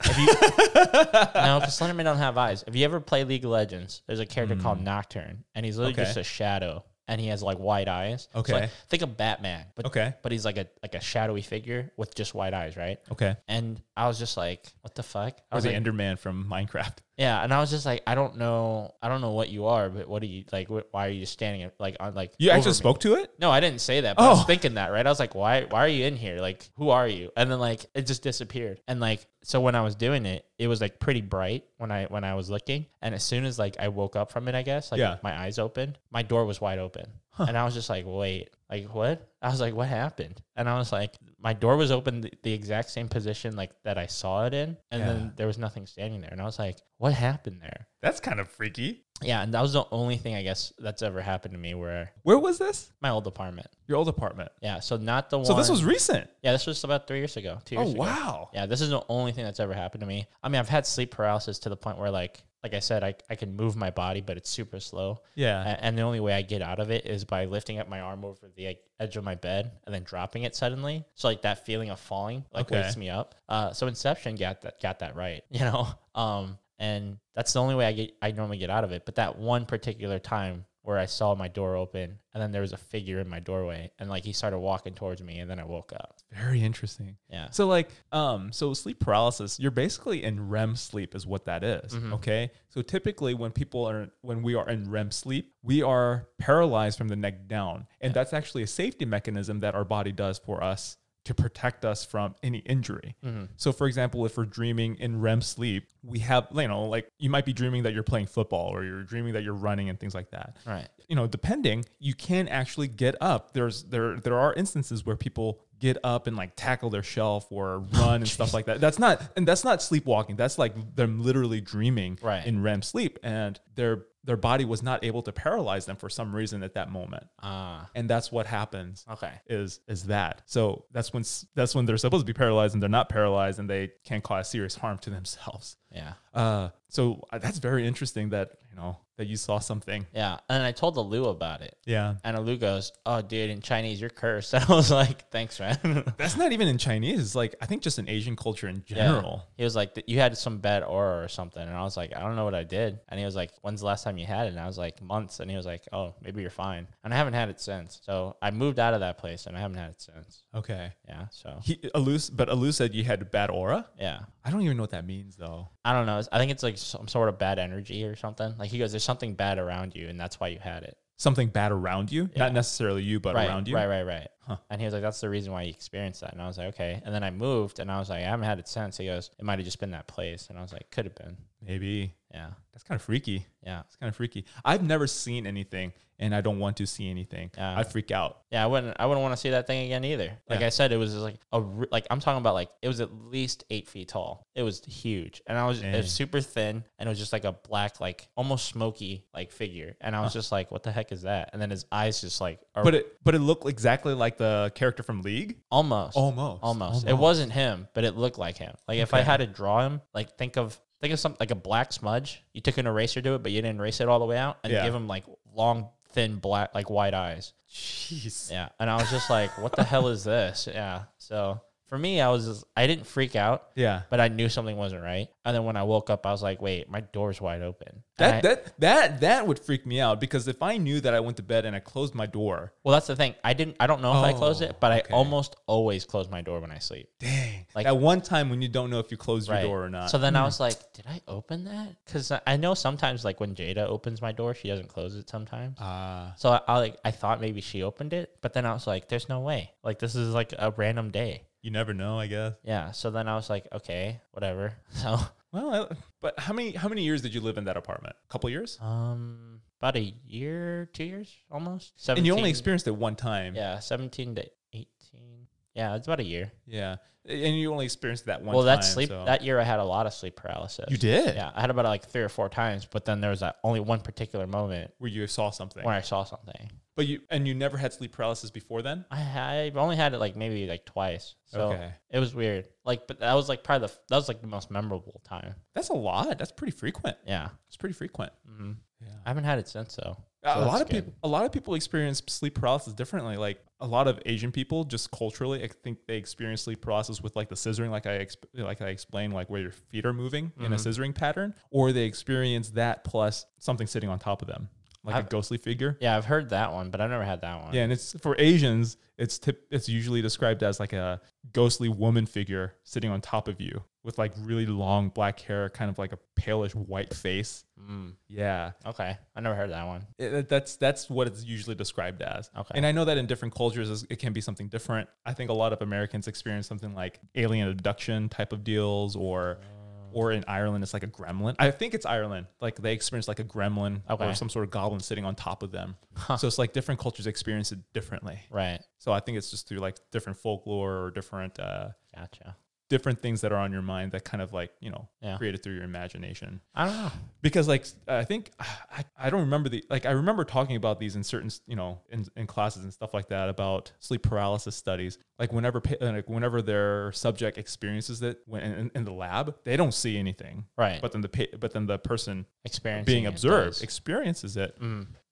Speaker 1: now, because Slenderman don't have eyes. If you ever play League of Legends, there's a character called Nocturne, and he's literally
Speaker 2: Hmm. Okay.
Speaker 1: just a shadow, and he has like white eyes. So,
Speaker 2: Okay.
Speaker 1: like, think of Batman, but
Speaker 2: Okay.
Speaker 1: but he's like a like a shadowy figure with just white eyes, right?
Speaker 2: okay,
Speaker 1: And I was just like, what the fuck? I
Speaker 2: or
Speaker 1: was
Speaker 2: the
Speaker 1: like,
Speaker 2: Enderman from Minecraft.
Speaker 1: yeah, and I was just like, I don't know, I don't know what you are, but what are you like? Wh- why are you standing like on like?
Speaker 2: You
Speaker 1: over
Speaker 2: actually
Speaker 1: me?"
Speaker 2: spoke to it?
Speaker 1: No, I didn't say that. But I
Speaker 2: Oh.
Speaker 1: was thinking that, right? I was like, why why are you in here? Like, who are you? And then like it just disappeared. And like so when I was doing it, it was like pretty bright when I when I was looking. And as soon as like I woke up from it, I guess, like
Speaker 2: Yeah.
Speaker 1: my eyes opened, my door was wide open. And I was just like, wait, like what? I was like, what happened? And I was like, my door was open the, the exact same position like that I saw it in. And
Speaker 2: Yeah.
Speaker 1: then there was nothing standing there. And I was like, what happened there?
Speaker 2: That's kind of freaky.
Speaker 1: Yeah, and that was the only thing I guess that's ever happened to me where
Speaker 2: Where was this?
Speaker 1: my old apartment.
Speaker 2: Your old apartment.
Speaker 1: Yeah, so not the one.
Speaker 2: So this was recent.
Speaker 1: Yeah, this was about three years ago. Two years
Speaker 2: Oh
Speaker 1: ago.
Speaker 2: wow.
Speaker 1: Yeah, this is the only thing that's ever happened to me. I mean, I've had sleep paralysis to the point where, like, like I said, I, I can move my body, but it's super slow. A-
Speaker 2: Yeah.
Speaker 1: And the only way I get out of it is by lifting up my arm over the like, edge of my bed and then dropping it suddenly. So like that feeling of falling like
Speaker 2: Okay.
Speaker 1: wakes me up. Uh, so Inception got that got that right, you know. Um, and that's the only way I get I normally get out of it. But that one particular time where I saw my door open and then there was a figure in my doorway and like he started walking towards me and then I woke up.
Speaker 2: Very interesting.
Speaker 1: Yeah.
Speaker 2: So like um so sleep paralysis you're basically in REM sleep is what that is, okay? So typically when people are when we are in REM sleep, we are paralyzed from the neck down. And that's actually a safety mechanism that our body does for us to protect us from any injury. So for example, if we're dreaming in REM sleep, we have you know like you might be dreaming that you're playing football or you're dreaming that you're running and things like that
Speaker 1: Right.
Speaker 2: you know depending you can actually get up there's there there are instances where people get up and like tackle their shelf or run and stuff like that that's not and that's not sleepwalking that's like them literally dreaming
Speaker 1: Right.
Speaker 2: in REM sleep and their their body was not able to paralyze them for some reason at that moment
Speaker 1: Ah.
Speaker 2: and that's what happens
Speaker 1: okay.
Speaker 2: is is that so that's when s- that's when they're supposed to be paralyzed and they're not paralyzed and they can cause serious harm to themselves
Speaker 1: Yeah.
Speaker 2: uh so uh, that's very interesting that you know that you saw something
Speaker 1: Yeah. And I told Alu about it.
Speaker 2: yeah
Speaker 1: And Alu goes, Oh, dude, in Chinese, you're cursed. I was like, Thanks, man.
Speaker 2: That's not even in Chinese. It's like I think just in Asian culture in
Speaker 1: Yeah.
Speaker 2: general.
Speaker 1: He was like, You had some bad aura or something. And I was like, I don't know what I did. And he was like, When's the last time you had it? And I was like, Months. And he was like, Oh, maybe you're fine. And I haven't had it since. So I moved out of that place and I haven't had it since.
Speaker 2: Okay.
Speaker 1: Yeah. So,
Speaker 2: He Alou, but Alou said you had bad aura.
Speaker 1: yeah.
Speaker 2: I don't even know what that means though.
Speaker 1: I don't know. I think it's like some sort of bad energy or something. Like he goes, There's something bad around you. And that's why you had it.
Speaker 2: Something bad around you,
Speaker 1: Yeah.
Speaker 2: not necessarily you, but
Speaker 1: right,
Speaker 2: around you.
Speaker 1: Right, right, right.
Speaker 2: Huh.
Speaker 1: And he was like, that's the reason why you experienced that. And I was like, okay. And then I moved and I was like, I haven't had it since. He goes, it might have just been that place. And I was like, could have been.
Speaker 2: Maybe.
Speaker 1: Yeah.
Speaker 2: That's kind of freaky.
Speaker 1: Yeah.
Speaker 2: It's kind of freaky. I've never seen anything and I don't want to see anything.
Speaker 1: Yeah.
Speaker 2: I freak out.
Speaker 1: Yeah, I wouldn't. I wouldn't want to see that thing again either. Like
Speaker 2: Yeah.
Speaker 1: I said, it was just like a re- like I'm talking about like it was at least eight feet tall. It was huge, and I was it
Speaker 2: Dang.
Speaker 1: was super thin, and it was just like a black, like almost smoky, like figure, and I was just like, what the heck is that? And then his eyes just like are
Speaker 2: But it but it looked exactly like the character from League.
Speaker 1: almost,
Speaker 2: Almost.
Speaker 1: almost. It wasn't him, but it looked like him. Like if I
Speaker 2: Okay.
Speaker 1: had to draw him, like think of think of something like a black smudge. You took an eraser to it, but you didn't erase it all the way out, and
Speaker 2: Yeah.
Speaker 1: give him like long, thin, black, like white eyes.
Speaker 2: Jeez.
Speaker 1: Yeah. And I was just like, what the hell is this? Yeah. So for me, I was just, I didn't freak out,
Speaker 2: Yeah.
Speaker 1: but I knew something wasn't right. And then when I woke up, I was like, wait, my door's wide open. And
Speaker 2: That
Speaker 1: I-
Speaker 2: that that that would freak me out because if I knew that I went to bed and I closed my door,
Speaker 1: well, that's the thing. I didn't, I don't know if I closed
Speaker 2: Oh,
Speaker 1: it, but
Speaker 2: okay.
Speaker 1: I almost always close my door when I sleep.
Speaker 2: dang.
Speaker 1: Like-
Speaker 2: Like at one time when you don't know if you closed your door or not.
Speaker 1: So then I was like, did I open that? Because I know sometimes, like when Jada opens my door, she doesn't close it sometimes.
Speaker 2: Ah.
Speaker 1: so I, I like I thought maybe she opened it, but then I was like, there's no way. Like this is like a random day.
Speaker 2: you never know, I guess.
Speaker 1: Yeah. So then I was like, okay, whatever. So
Speaker 2: Well, I, but how many how many years did you live in that apartment? A couple years?
Speaker 1: Um, about a year, two years, almost. Seventeen.
Speaker 2: And you only experienced it one time.
Speaker 1: yeah, seventeen to eighteen. Yeah, it's about a year.
Speaker 2: Yeah. And you only experienced that one
Speaker 1: well,
Speaker 2: time.
Speaker 1: that sleep
Speaker 2: so-
Speaker 1: that year I had a lot of sleep paralysis.
Speaker 2: You did?
Speaker 1: Yeah, I had about like three or four times, but then there was that only one particular moment
Speaker 2: Where you saw something.
Speaker 1: when I saw something.
Speaker 2: But you and you never had sleep paralysis before then?
Speaker 1: I had- I've only had it like maybe like twice, so
Speaker 2: Okay.
Speaker 1: it was weird. Like, but that was like probably the f- that was like the most memorable time.
Speaker 2: That's a lot. That's pretty frequent.
Speaker 1: Yeah,
Speaker 2: It's pretty frequent.
Speaker 1: hmm
Speaker 2: Yeah.
Speaker 1: I haven't had it since though.
Speaker 2: a lot of
Speaker 1: people.
Speaker 2: people a lot of people experience sleep paralysis differently. Like a lot of Asian people just culturally I think they experience sleep paralysis with like the scissoring like I exp- like I explained like where your feet are moving
Speaker 1: Mm-hmm.
Speaker 2: in a scissoring pattern or they experience that plus something sitting on top of them like a
Speaker 1: I've-
Speaker 2: ghostly figure.
Speaker 1: Yeah, I've heard that one, but I've never had that one.
Speaker 2: Yeah, and it's for Asians, it's tip, it's usually described as like a ghostly woman figure sitting on top of you with like really long black hair, kind of like a palish white face.
Speaker 1: Mm,
Speaker 2: Yeah,
Speaker 1: okay, I never heard that one.
Speaker 2: it- it- that's that's what it's usually described as.
Speaker 1: Okay.
Speaker 2: And I know that in different cultures, is- it can be something different. I think a lot of Americans experience something like alien abduction type of deals, or
Speaker 1: Oh.
Speaker 2: or in Ireland, it's like a gremlin. I think it's Ireland. Like they experience like a gremlin
Speaker 1: Okay.
Speaker 2: or some sort of goblin sitting on top of them. So it's like different cultures experience it differently.
Speaker 1: Right.
Speaker 2: So I think it's just through like different folklore or different uh,
Speaker 1: Gotcha.
Speaker 2: different things that are on your mind that kind of like you know
Speaker 1: Yeah.
Speaker 2: created through your imagination.
Speaker 1: I don't know.
Speaker 2: Because like I think I, I don't remember the like I remember talking about these in certain you know in, in classes and stuff like that about sleep paralysis studies. Like whenever pa- like whenever their subject experiences it when in, in the lab, they don't see anything.
Speaker 1: Right.
Speaker 2: But then the pa- but then the person
Speaker 1: Experiencing
Speaker 2: being
Speaker 1: it
Speaker 2: observed
Speaker 1: does.
Speaker 2: experiences it.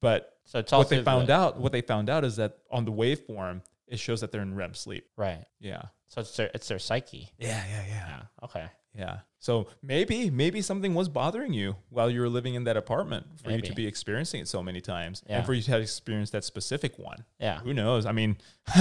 Speaker 2: But
Speaker 1: so it's all
Speaker 2: what they found out what they found out is that on the waveform it shows that they're in REM sleep.
Speaker 1: Right.
Speaker 2: Yeah.
Speaker 1: So it's their it's their psyche.
Speaker 2: Yeah, yeah,
Speaker 1: Yeah. Okay.
Speaker 2: Yeah. So maybe maybe something was bothering you while you were living in that apartment for you
Speaker 1: Maybe.
Speaker 2: to be experiencing it so many times
Speaker 1: Yeah. Uh-huh.
Speaker 2: and for you to have experienced that specific one.
Speaker 1: Yeah.
Speaker 2: Who knows? I mean,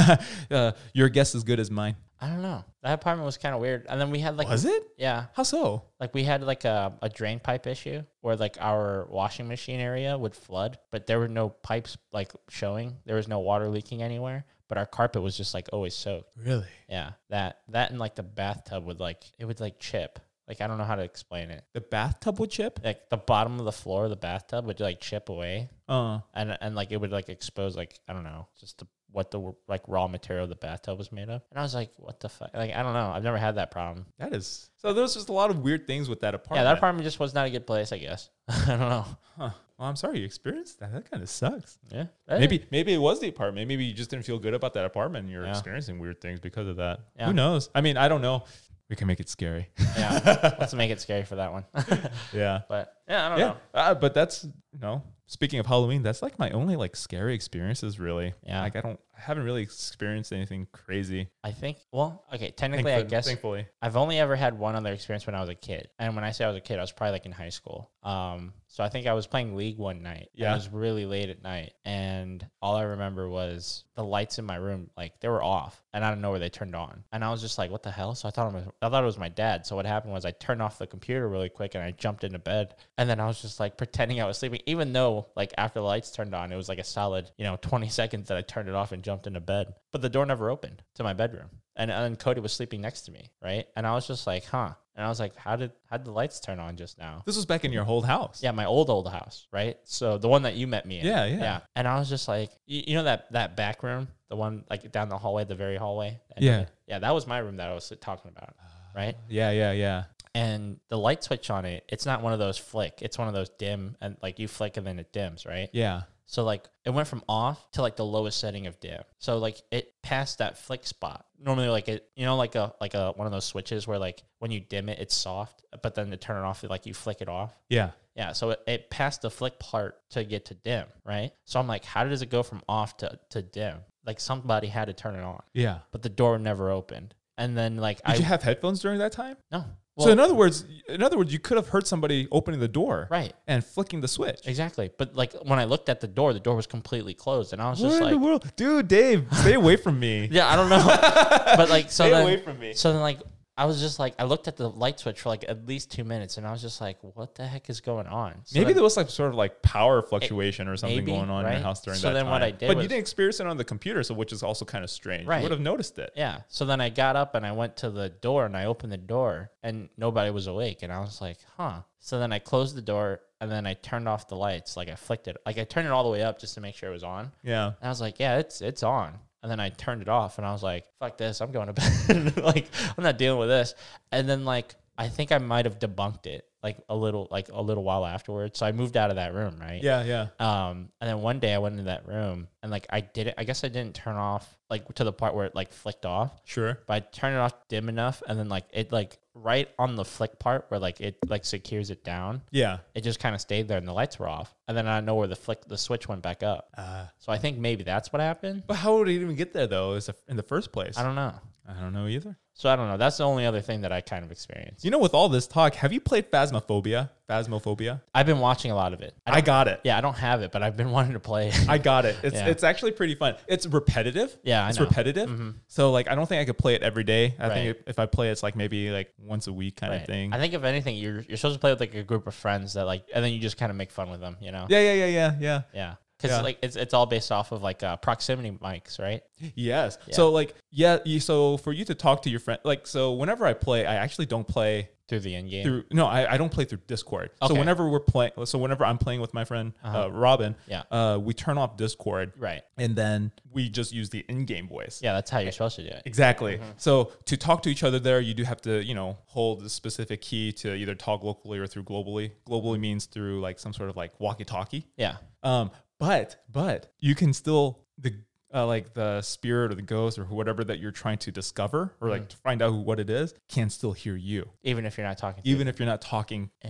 Speaker 2: uh, your guess is good as mine.
Speaker 1: I don't know. That apartment was kind of weird. And then we had like
Speaker 2: Was it?
Speaker 1: yeah,
Speaker 2: How so?
Speaker 1: like we had like a, a drain pipe issue where like our washing machine area would flood, but there were no pipes like showing. There was no water leaking anywhere, but our carpet was just like always soaked.
Speaker 2: Really?
Speaker 1: Yeah. That that and like the bathtub would like it would like chip. Like I don't know how to explain it.
Speaker 2: The bathtub would chip?
Speaker 1: Like the bottom of the floor of the bathtub would like chip away.
Speaker 2: Uh,
Speaker 1: and and like it would like expose like I don't know just the, what the like raw material the bathtub was made of. And I was like, what the fuck? Like I don't know. I've never had that problem.
Speaker 2: that is. So there's just a lot of weird things with that
Speaker 1: Yeah,
Speaker 2: apartment.
Speaker 1: that apartment just was not a good place. I guess I don't know.
Speaker 2: Huh. Well, Oh, I'm sorry you experienced that. That kind of sucks.
Speaker 1: Yeah,
Speaker 2: Maybe maybe it was the apartment. Maybe you just didn't feel good about that apartment and you're
Speaker 1: Yeah.
Speaker 2: experiencing weird things because of that.
Speaker 1: Yeah.
Speaker 2: Who knows? I mean, I don't know. We can make it scary.
Speaker 1: yeah. Let's make it scary for that one.
Speaker 2: yeah.
Speaker 1: but yeah, I don't
Speaker 2: yeah,
Speaker 1: know.
Speaker 2: uh, but that's you know. Speaking of Halloween, that's like my only like scary experiences, really.
Speaker 1: Yeah.
Speaker 2: like I don't, I haven't really experienced anything crazy.
Speaker 1: I think well, okay. Technically, I
Speaker 2: Thankful-
Speaker 1: guess
Speaker 2: thankfully,
Speaker 1: I've only ever had one other experience when I was a kid. And when I say I was a kid, I was probably like in high school. Um, so I think I was playing League one night. and
Speaker 2: Yeah.
Speaker 1: It was really late at night. And all I remember was the lights in my room, like they were off and I don't know where they turned on. And I was just like, what the hell? So I thought it was, I thought it was my dad. So what happened was I turned off the computer really quick and I jumped into bed And then I was just like pretending I was sleeping, even though like after the lights turned on, it was like a solid, you know, 20 seconds that I turned it off and jumped into bed. But the door never opened to my bedroom. And, and Cody was sleeping next to me, right? And I was just like, huh. And I was like, how did how did the lights turn on just now?
Speaker 2: This was back in your old house.
Speaker 1: Yeah, my old old house, right? So the one that you met me in.
Speaker 2: Yeah, yeah.
Speaker 1: And I was just like, you, you know that that back room, the one like down the hallway, the very hallway.
Speaker 2: Yeah. Ah.
Speaker 1: yeah, that was my room that I was talking about, right?
Speaker 2: Yeah, yeah, yeah.
Speaker 1: And the light switch on it, it's not one of those flick. It's one of those dim, and like you flick and then it dims, right?
Speaker 2: Yeah.
Speaker 1: So like it went from off to like the lowest setting of dim. So like it passed that flick spot. Normally like it you know like a like a one of those switches where like when you dim it it's soft, but then to turn it off like you flick it off.
Speaker 2: Yeah.
Speaker 1: Yeah, so it, it passed the flick part to get to dim, right? So I'm like, how does it go from off to, to dim? Like somebody had to turn it on,
Speaker 2: Yeah.
Speaker 1: but the door never opened. And then like
Speaker 2: Did
Speaker 1: I
Speaker 2: you have headphones during that time?
Speaker 1: no,
Speaker 2: so
Speaker 1: well,
Speaker 2: in other words, in other words, you could have heard somebody opening the door
Speaker 1: right,
Speaker 2: and flicking the switch.
Speaker 1: exactly. But like when I looked at the door, the door was completely closed, and I was
Speaker 2: What
Speaker 1: just
Speaker 2: in
Speaker 1: like,
Speaker 2: the world, dude? Dave, stay away from me.
Speaker 1: Yeah, I don't know. but like, so
Speaker 2: Stay
Speaker 1: then,
Speaker 2: away from me.
Speaker 1: So then, like, I was just like, I looked at the light switch for like at least two minutes, and I was just like, what the heck is going on? So
Speaker 2: maybe
Speaker 1: then-
Speaker 2: there was like sort of like power fluctuation or something
Speaker 1: maybe,
Speaker 2: going on in
Speaker 1: right?
Speaker 2: your house during
Speaker 1: So
Speaker 2: that
Speaker 1: then
Speaker 2: time.
Speaker 1: what I did
Speaker 2: but
Speaker 1: was-
Speaker 2: you didn't experience it on the computer, so which is also kind of strange.
Speaker 1: Right.
Speaker 2: You would have noticed it.
Speaker 1: yeah. So then I got up and I went to the door and I opened the door and nobody was awake, and I was like, huh. So then I closed the door and then I turned off the lights, like I flicked it, like I turned it all the way up just to make sure it was on.
Speaker 2: Yeah.
Speaker 1: And I was like, yeah, it's it's on. And then I turned it off and I was like, fuck this, I'm going to bed. like, I'm not dealing with this. And then like I think I might have debunked it like a little like a little while afterwards. So I moved out of that room, right?
Speaker 2: Yeah. Yeah.
Speaker 1: Um, and then one day I went into that room and like I did it I guess I didn't turn off like to the part where it like flicked off.
Speaker 2: Sure.
Speaker 1: But I turned it off dim enough and then like it like right on the flick part where like it like secures it down,
Speaker 2: Yeah.
Speaker 1: it just kind of stayed there and the lights were off. And then I don't know where the flick the switch went back up.
Speaker 2: Uh,
Speaker 1: So I think maybe that's what happened.
Speaker 2: but how would it even get there though? Is in the first place?
Speaker 1: I don't know.
Speaker 2: I don't know either.
Speaker 1: So I don't know. That's the only other thing that I kind of experienced.
Speaker 2: You know, with all this talk, have you played Phasmophobia? Phasmophobia.
Speaker 1: I've been watching a lot of it. I
Speaker 2: I,
Speaker 1: don't-
Speaker 2: got it.
Speaker 1: yeah, I don't have it, but I've been wanting to play. it.
Speaker 2: I got it. It's
Speaker 1: Yeah.
Speaker 2: it's actually pretty fun. It's repetitive.
Speaker 1: Yeah, I
Speaker 2: it's
Speaker 1: know. Mm-hmm.
Speaker 2: repetitive. So like, I don't think I could play it every day. I
Speaker 1: Right.
Speaker 2: think if I play, it, it's like maybe like once a week kind of thing.
Speaker 1: I think if anything, you're you're supposed to play with like a group of friends that like, and then you just kind of make fun with them. You know?
Speaker 2: yeah, yeah, yeah, yeah, yeah.
Speaker 1: Yeah. Because
Speaker 2: Yeah.
Speaker 1: like it's it's all based off of like uh, proximity mics, right?
Speaker 2: Yes. So like, yeah. You, so for you to talk to your friend, like, so whenever I play, I actually don't play
Speaker 1: Through the end game.
Speaker 2: through. No, I, I don't play through Discord.
Speaker 1: Okay. Uh-huh.
Speaker 2: So whenever we're playing, so whenever I'm playing with my friend uh Robin,
Speaker 1: Yeah.
Speaker 2: uh, we turn off Discord,
Speaker 1: Right.
Speaker 2: and then we just use the in-game voice.
Speaker 1: Yeah, Mm-hmm. that's how you're supposed to do it.
Speaker 2: Exactly. So to talk to each other there, you do have to, you know, hold a specific key to either talk locally or through globally.
Speaker 1: Mm-hmm.
Speaker 2: Globally means through like some sort of like walkie-talkie.
Speaker 1: Yeah.
Speaker 2: Um, but but you can still the uh, like the spirit or the ghost or whatever that you're trying to discover or like to find out who, what it is can still hear you,
Speaker 1: Even if you're not talking.
Speaker 2: even if you're not talking
Speaker 1: To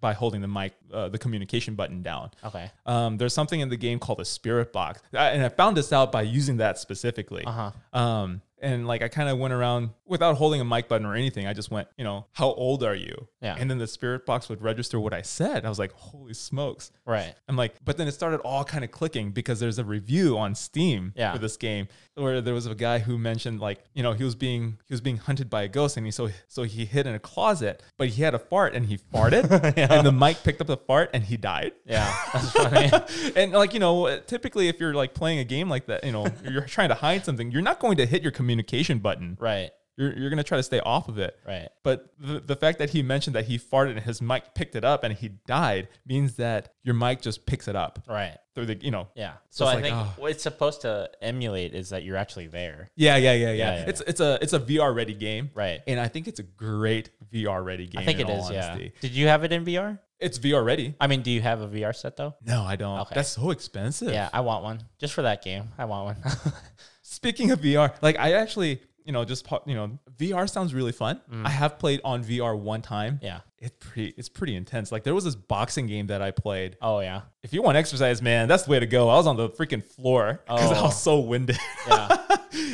Speaker 2: by holding the mic, uh, the communication button down.
Speaker 1: okay.
Speaker 2: Um, there's something in the game called a spirit box, I, and I found this out by using that specifically.
Speaker 1: Uh huh.
Speaker 2: Um, and like I kind of went around without holding a mic button or anything. I just went, you know, how old are you?
Speaker 1: Yeah.
Speaker 2: And then the spirit box would register what I said. I was like, holy smokes.
Speaker 1: Right.
Speaker 2: I'm like, but then it started all kind of clicking because there's a review on Steam
Speaker 1: Yeah.
Speaker 2: for this game where there was a guy who mentioned like, you know, he was being he was being hunted by a ghost and he so so he hid in a closet, but he had a fart and he farted and the mic picked up the fart and he died.
Speaker 1: Yeah. That's funny.
Speaker 2: and like you know, typically if you're like playing a game like that, you know, you're trying to hide something, you're not going to hit your communication button.
Speaker 1: right.
Speaker 2: You're you're going to try to stay off of it.
Speaker 1: Right.
Speaker 2: But the, the fact that he mentioned that he farted and his mic picked it up and he died means that your mic just picks it up
Speaker 1: Right.
Speaker 2: through the you know
Speaker 1: Yeah. So,
Speaker 2: it's
Speaker 1: I
Speaker 2: like,
Speaker 1: think
Speaker 2: oh.
Speaker 1: what it's supposed to emulate is that you're actually there.
Speaker 2: yeah yeah yeah yeah,
Speaker 1: yeah.
Speaker 2: it's it's a it's a VR ready game
Speaker 1: Right.
Speaker 2: and I think it's a great VR ready game
Speaker 1: I think
Speaker 2: in
Speaker 1: it
Speaker 2: all
Speaker 1: is. Yeah.
Speaker 2: honesty.
Speaker 1: Did you have it in VR?
Speaker 2: it's VR ready
Speaker 1: I mean, do you have a VR set though?
Speaker 2: no I don't
Speaker 1: Okay.
Speaker 2: that's so expensive
Speaker 1: Yeah, I want one just for that game. I want one.
Speaker 2: speaking of VR like I actually you know just po- you know VR sounds really fun I have played on VR one time
Speaker 1: Mm. yeah.
Speaker 2: it's pretty it's pretty intense like there was this boxing game that I played
Speaker 1: Oh yeah.
Speaker 2: if you want exercise man that's the way to go I was on the freaking floor because I
Speaker 1: Oh.
Speaker 2: was so winded
Speaker 1: Yeah.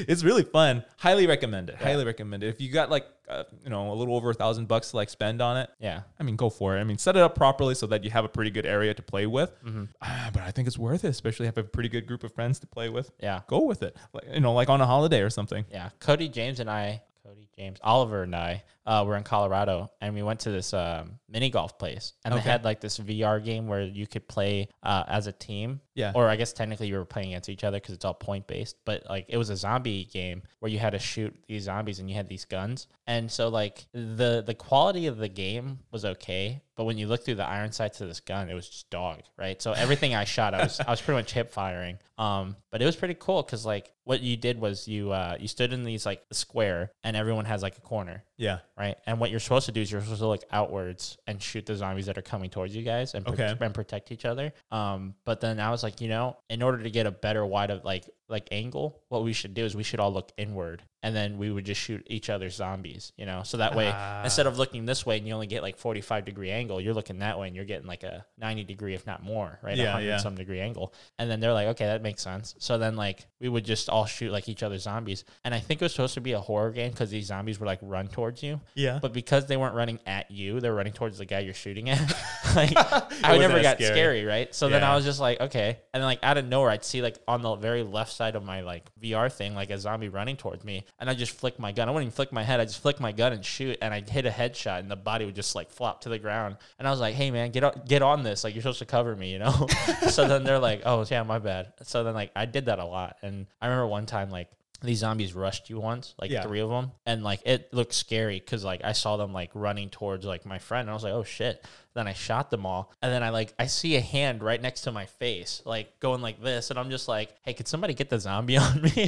Speaker 2: it's really fun. Highly recommend it. Highly recommend it. If you got like uh, you know a little over a thousand bucks to like spend on it,
Speaker 1: yeah.
Speaker 2: I mean, go for it. I mean, set it up properly so that you have a pretty good area to play with.
Speaker 1: Mm-hmm.
Speaker 2: Ah, but I think it's worth it, especially if you have a pretty good group of friends to play with.
Speaker 1: Yeah.
Speaker 2: Go with it. Like, you know, like on a holiday or something.
Speaker 1: Yeah. Cody James and I Cody James, Oliver, and I uh, were in Colorado, and we went to this um, mini golf place, and they
Speaker 2: Okay.
Speaker 1: had like this VR game where you could play uh, as a team,
Speaker 2: Yeah.
Speaker 1: or I guess technically you were playing against each other because it's all point based, but like it was a zombie game where you had to shoot these zombies and you had these guns, and so like the the quality of the game was okay, but when you look through the iron sights of this gun, it was just dog, right? So everything I shot, I was I was pretty much hip firing. Um, but it was pretty cool because like what you did was you uh you stood in these like square, and everyone has like a corner,
Speaker 2: yeah.
Speaker 1: right? And what you're supposed to do is you're supposed to look outwards and shoot the zombies that are coming towards you guys and, pro-
Speaker 2: Okay.
Speaker 1: and protect each other. Um, but then I was like, you know, in order to get a better wide of like like angle, what we should do is we should all look inward, and then we would just shoot each other's zombies, you know. So that way,
Speaker 2: Ah.
Speaker 1: instead of looking this way and you only get like 45 degree angle, you're looking that way and you're getting like a 90 degree, if not more, right?
Speaker 2: Yeah,
Speaker 1: 100
Speaker 2: yeah.
Speaker 1: some degree angle. And then they're like, okay, that makes sense. So then like we would just all shoot like each other's zombies. And I think it was supposed to be a horror game because these zombies would like run towards you.
Speaker 2: Yeah.
Speaker 1: But because they weren't running at you, they were running towards the guy you're shooting at. like, I
Speaker 2: wasn't
Speaker 1: never
Speaker 2: as
Speaker 1: got
Speaker 2: scary.
Speaker 1: scary. right? So then
Speaker 2: Yeah.
Speaker 1: I was just like, okay. And then like out of nowhere, I'd see like on the very left side of my like VR thing, like a zombie running towards me, and I just flick my gun. I wouldn't even flick my head. I just flick my gun and shoot, and I hit a headshot, and the body would just like flop to the ground. And I was like, hey man, get on, get on this. Like you're supposed to cover me, you know? so then they're like, oh yeah, my bad. So then like I did that a lot, and I remember one time like. These zombies rushed you once, like
Speaker 2: Yeah.
Speaker 1: three of them, and like it looked scary because like I saw them like running towards like my friend, and I was like, oh shit. Then I shot them all, and then I like I see a hand right next to my face, like going like this, and I'm just like, hey, could somebody get the zombie on me?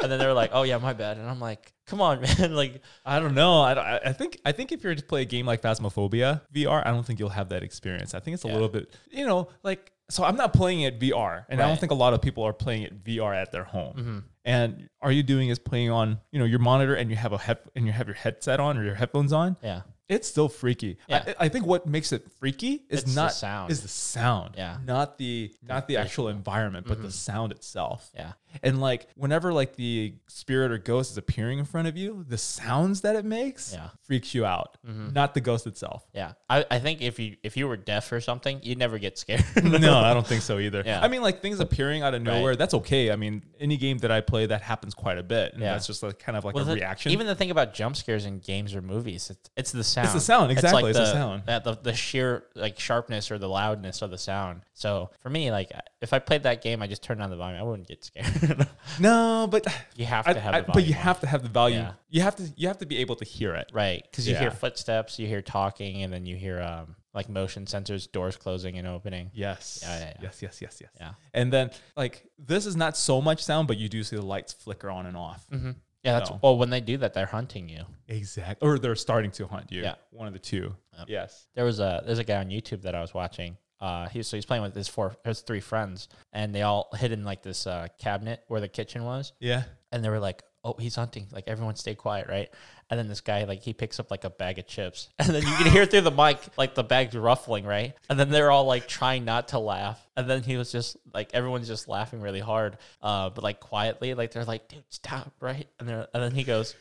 Speaker 1: and then they were like, oh yeah, my bad, and I'm like, come on, man, like
Speaker 2: I don't know. I, don't- I- I think I think if you're to play a game like Phasmophobia VR, I don't think you'll have that experience. I think it's a
Speaker 1: Yeah.
Speaker 2: little bit, you know, like so. I'm not playing it VR, and I
Speaker 1: Right.
Speaker 2: don't
Speaker 1: Mm-hmm.
Speaker 2: think a lot of people are playing it VR at their home. And all you doing is playing on, you know, your monitor, and you have a head and you have your headset on or your headphones on.
Speaker 1: yeah,
Speaker 2: It's still freaky.
Speaker 1: Yeah.
Speaker 2: I, I think what makes it freaky is
Speaker 1: It's the
Speaker 2: not
Speaker 1: sound.
Speaker 2: Is the sound.
Speaker 1: Yeah. Mm-hmm.
Speaker 2: Not the not the actual environment, but the sound itself.
Speaker 1: yeah,
Speaker 2: And like whenever like the spirit or ghost is appearing in front of you, the sounds that it makes
Speaker 1: Yeah. Mm-hmm.
Speaker 2: freaks you out. Not the ghost itself.
Speaker 1: yeah. I, I think if you if you were deaf or something, you'd never get scared.
Speaker 2: No, I don't think so either.
Speaker 1: Yeah.
Speaker 2: I mean, like things appearing out of nowhere, that's okay. I mean, any game that I play, that happens quite a bit. And
Speaker 1: Yeah.
Speaker 2: that's just like kind of like
Speaker 1: Well,
Speaker 2: a
Speaker 1: the-
Speaker 2: reaction.
Speaker 1: Even the thing about jump scares in games or movies, it's, it's the sound.
Speaker 2: sound, exactly,
Speaker 1: like
Speaker 2: it's the
Speaker 1: the
Speaker 2: sound.
Speaker 1: That the, the sheer like sharpness or the loudness of the sound. So for me, like if I played that game, I just turned on the volume. I wouldn't get scared.
Speaker 2: no, but
Speaker 1: you have
Speaker 2: I-
Speaker 1: to have
Speaker 2: I-
Speaker 1: the volume.
Speaker 2: but you
Speaker 1: on.
Speaker 2: have to have the value.
Speaker 1: Yeah.
Speaker 2: You have to you have to be able to hear it.
Speaker 1: right because you
Speaker 2: Yeah.
Speaker 1: hear footsteps, you hear talking, and then you hear um like motion sensors, doors closing and opening.
Speaker 2: Yes.
Speaker 1: Yeah, yeah, yeah.
Speaker 2: Yes, yes, yes, yes.
Speaker 1: Yeah.
Speaker 2: And then like this is not so much sound, but you do see the lights flicker on and off.
Speaker 1: hmm Yeah, that's
Speaker 2: No.
Speaker 1: well when they do that, they're hunting you.
Speaker 2: Exactly. Or they're starting to hunt you.
Speaker 1: Yeah.
Speaker 2: One of the two.
Speaker 1: Yep.
Speaker 2: Yes.
Speaker 1: there was a there's a guy on YouTube that I was watching. Uh, he was, so he's playing with his four his three friends, and they all hid in like this uh, cabinet where the kitchen was,
Speaker 2: Yeah.
Speaker 1: and they were like, "Oh, he's hunting!" Like everyone stay quiet, right? And then this guy like he picks up like a bag of chips, and then you can hear through the mic like the bag's ruffling, right? And then they're all like trying not to laugh, and then he was just like everyone's just laughing really hard, uh, but like quietly, like they're like, "Dude, stop!" Right? And then and then he goes.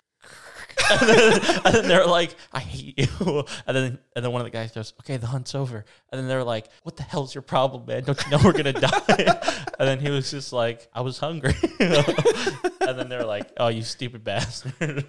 Speaker 1: and, then, and then they're like, "I hate you." And then and then one of the guys goes, "Okay, the hunt's over." And then they're like, "What the hell's your problem, man? Don't you know we're gonna die?" and then he was just like, "I was hungry." and then they're like, "Oh, you stupid bastard!"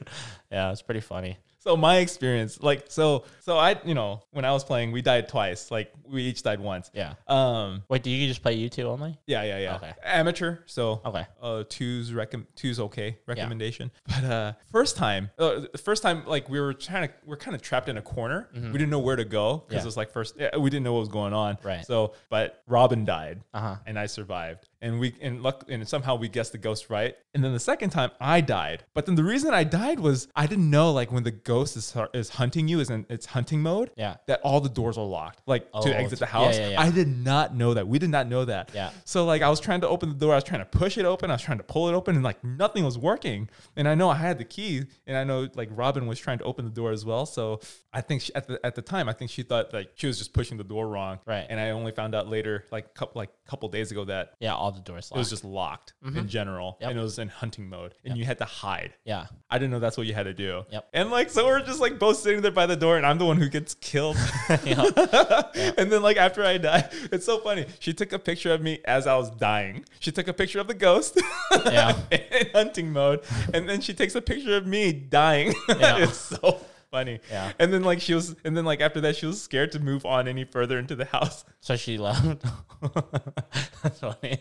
Speaker 1: yeah, it's pretty funny.
Speaker 2: So my experience, like so so I you know, when I was playing, we died twice. Like we each died once.
Speaker 1: Yeah.
Speaker 2: Um
Speaker 1: Wait, do you just play you two only?
Speaker 2: yeah, yeah, yeah.
Speaker 1: Okay.
Speaker 2: Amateur, so
Speaker 1: Okay.
Speaker 2: uh two's recom two's okay recommendation. But uh first time uh, the first time like we were trying to we are kind of trapped in a corner. We didn't know where to go
Speaker 1: Mm-hmm.
Speaker 2: because
Speaker 1: Yeah.
Speaker 2: it was like first yeah, we didn't know what was going on.
Speaker 1: Right.
Speaker 2: So but Robin died.
Speaker 1: Uh huh.
Speaker 2: and I survived. And we and luck and somehow we guessed the ghost right. And then the second time I died. But then the reason I died was I didn't know like when the ghost is is hunting you is in its hunting mode.
Speaker 1: Yeah.
Speaker 2: That all the doors are locked, like
Speaker 1: Oh,
Speaker 2: to exit the
Speaker 1: yeah,
Speaker 2: house.
Speaker 1: yeah, yeah.
Speaker 2: I did not know that. We did not know that.
Speaker 1: Yeah.
Speaker 2: So like I was trying to open the door, I was trying to push it open, I was trying to pull it open, and like nothing was working. And I know I had the key, and I know like Robin was trying to open the door as well. So I think she, at the at the time, I think she thought like she was just pushing the door wrong.
Speaker 1: Right.
Speaker 2: And I only found out later, like couple like couple days ago, that
Speaker 1: Yeah, all all the doors
Speaker 2: It was
Speaker 1: locked.
Speaker 2: just locked in
Speaker 1: Mhm.
Speaker 2: general,
Speaker 1: Yep.
Speaker 2: and it was in hunting mode, and
Speaker 1: Yep.
Speaker 2: you had to hide.
Speaker 1: yeah.
Speaker 2: I didn't know that's what you had to do.
Speaker 1: Yep.
Speaker 2: And like, so we're just like both sitting there by the door, and I'm the one who gets killed. And then like after I die, it's so funny. She took a picture of me as I was dying. She took a picture of the ghost
Speaker 1: Yeah.
Speaker 2: in hunting mode, and then she takes a picture of me dying.
Speaker 1: Yeah.
Speaker 2: it's so funny.
Speaker 1: Yeah.
Speaker 2: And then like she was, and then like after that, she was scared to move on any further into the house.
Speaker 1: So she left. That's funny.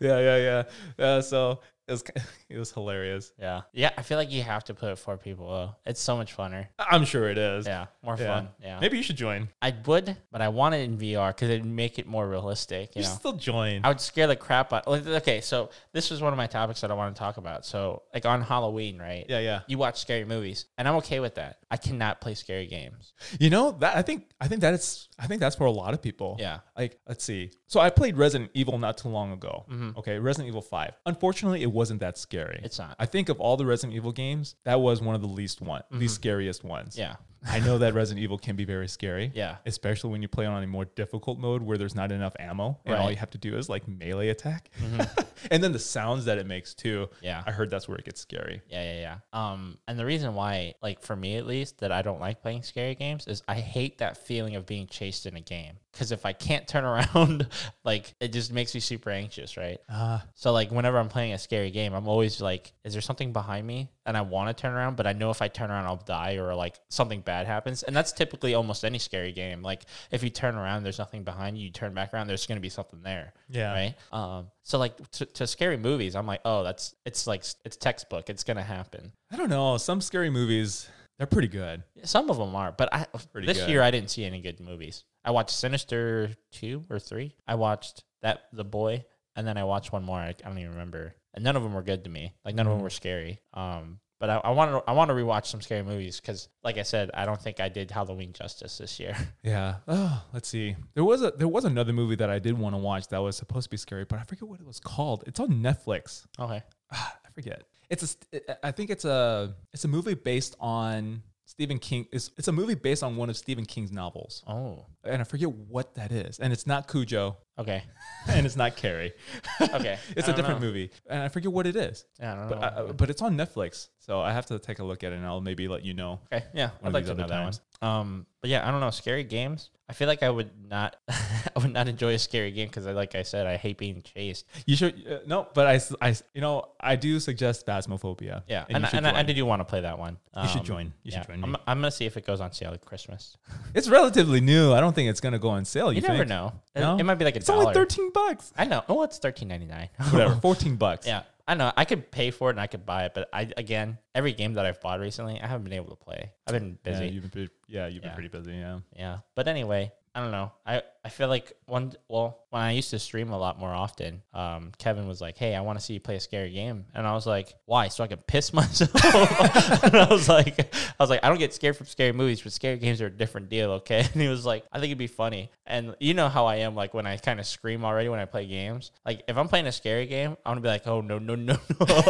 Speaker 2: Yeah, yeah, yeah. Uh, so it was it was hilarious.
Speaker 1: Yeah. Yeah. I feel like you have to put it for people. Though. It's so much funner.
Speaker 2: I'm sure it is.
Speaker 1: Yeah. More
Speaker 2: Yeah.
Speaker 1: fun. Yeah.
Speaker 2: Maybe you should join.
Speaker 1: I would, but I want it in VR because it'd make it more realistic. You
Speaker 2: You
Speaker 1: know?
Speaker 2: should still join.
Speaker 1: I would scare the crap out. like, Okay, so this was one of my topics that I want to talk about. So, like on Halloween, right?
Speaker 2: yeah, yeah.
Speaker 1: You watch scary movies, and I'm okay with that. I cannot play scary games.
Speaker 2: You know that I think I think that it's I think that's for a lot of people.
Speaker 1: Yeah.
Speaker 2: Like let's see. So I played Resident Evil not too long ago. Okay, Resident Evil Five. Unfortunately, it wasn't that scary.
Speaker 1: Mm-hmm. It's not.
Speaker 2: I think of all the Resident Evil games, that was one of the least one, least scariest ones.
Speaker 1: Mm-hmm. Yeah.
Speaker 2: I know that Resident Evil can be very scary.
Speaker 1: Yeah.
Speaker 2: Especially when you play on a more difficult mode where there's not enough ammo and all
Speaker 1: Right. Mm-hmm.
Speaker 2: you have to do is like melee attack. and then the sounds that it makes too.
Speaker 1: Yeah.
Speaker 2: I heard that's where it gets scary.
Speaker 1: Yeah, yeah, yeah. Um, and the reason why, like for me at least, that I don't like playing scary games is I hate that feeling of being chased in a game. Because if I can't turn around, like it just makes me super anxious, right?
Speaker 2: Ah,
Speaker 1: So like whenever I'm playing a scary game, I'm always like, is there something behind me? And I want to turn around, but I know if I turn around, I'll die or like something bad happens. And that's typically almost any scary game. Like if you turn around, there's nothing behind you. You turn back around, there's going to be something there.
Speaker 2: Yeah.
Speaker 1: Right. Um. So like to, to scary movies, I'm like, oh, that's it's like it's textbook. It's gonna happen.
Speaker 2: I don't know. Some scary movies, they're pretty good.
Speaker 1: Some of them are, but I
Speaker 2: Pretty
Speaker 1: this
Speaker 2: good.
Speaker 1: year I didn't see any good movies. I watched Sinister two or three. I watched that The Boy, and then I watched one more. I, I don't even remember. And none of them were good to me. Like
Speaker 2: Mm.
Speaker 1: none of them were scary. Um, but I want to I want to rewatch some scary movies because, like I said, I don't think I did Halloween justice this year.
Speaker 2: Yeah. Oh, let's see. There was a there was another movie that I did want to watch that was supposed to be scary, but I forget what it was called. It's on Netflix.
Speaker 1: okay.
Speaker 2: Ah, I forget. It's a st- I- I think it's a it's a movie based on Stephen King. It's it's a movie based on one of Stephen King's novels,
Speaker 1: Oh.
Speaker 2: and I forget what that is. And it's not Cujo,
Speaker 1: Okay.
Speaker 2: and it's not Carrie.
Speaker 1: Okay.
Speaker 2: it's
Speaker 1: I
Speaker 2: a
Speaker 1: don't
Speaker 2: different
Speaker 1: know.
Speaker 2: movie, and I forget what it is.
Speaker 1: Yeah, I don't
Speaker 2: But uh,
Speaker 1: know.
Speaker 2: I- I- but it's on Netflix, so I have to take a look at it, and I'll maybe let you know.
Speaker 1: Okay, yeah,
Speaker 2: one of
Speaker 1: I'd like
Speaker 2: these
Speaker 1: to
Speaker 2: other
Speaker 1: know that
Speaker 2: times.
Speaker 1: one. Um, but yeah, I don't know. Scary games. I feel like I would not, I would not enjoy a scary game because, I, like I said, I hate being chased.
Speaker 2: You should uh, no, but I, s- I s- you know I do suggest Phasmophobia.
Speaker 1: Yeah,
Speaker 2: you
Speaker 1: and, I-
Speaker 2: should
Speaker 1: and I, I
Speaker 2: join.
Speaker 1: do want to play that one.
Speaker 2: You should
Speaker 1: Um,
Speaker 2: join. You should join me.
Speaker 1: I'm, I'm gonna see if it goes on sale at Christmas.
Speaker 2: It's relatively new. I don't think it's gonna go on sale. You,
Speaker 1: You, never
Speaker 2: think?
Speaker 1: know. It-
Speaker 2: No?
Speaker 1: It, might be like a
Speaker 2: It's
Speaker 1: dollar.
Speaker 2: only thirteen bucks.
Speaker 1: I know. Oh, it's thirteen ninety nine.
Speaker 2: Whatever, fourteen bucks.
Speaker 1: yeah, I know. I could pay for it and I could buy it, but I again, every game that I've bought recently, I haven't been able to play. I've been
Speaker 2: Yeah,
Speaker 1: busy.
Speaker 2: you've been pretty, yeah, you've been
Speaker 1: Yeah.
Speaker 2: pretty busy. Yeah.
Speaker 1: Yeah. But anyway, I don't know. I, I feel like one well, when I used to stream a lot more often, um, Kevin was like, Hey, I want to see you play a scary game. And I was like, Why? So I can piss myself. and I was like I was like, I don't get scared from scary movies, but scary games are a different deal, okay? And he was like, I think it'd be funny. And you know how I am like when I kind of scream already when I play games. Like if I'm playing a scary game, I'm gonna be like, Oh no, no, no, no.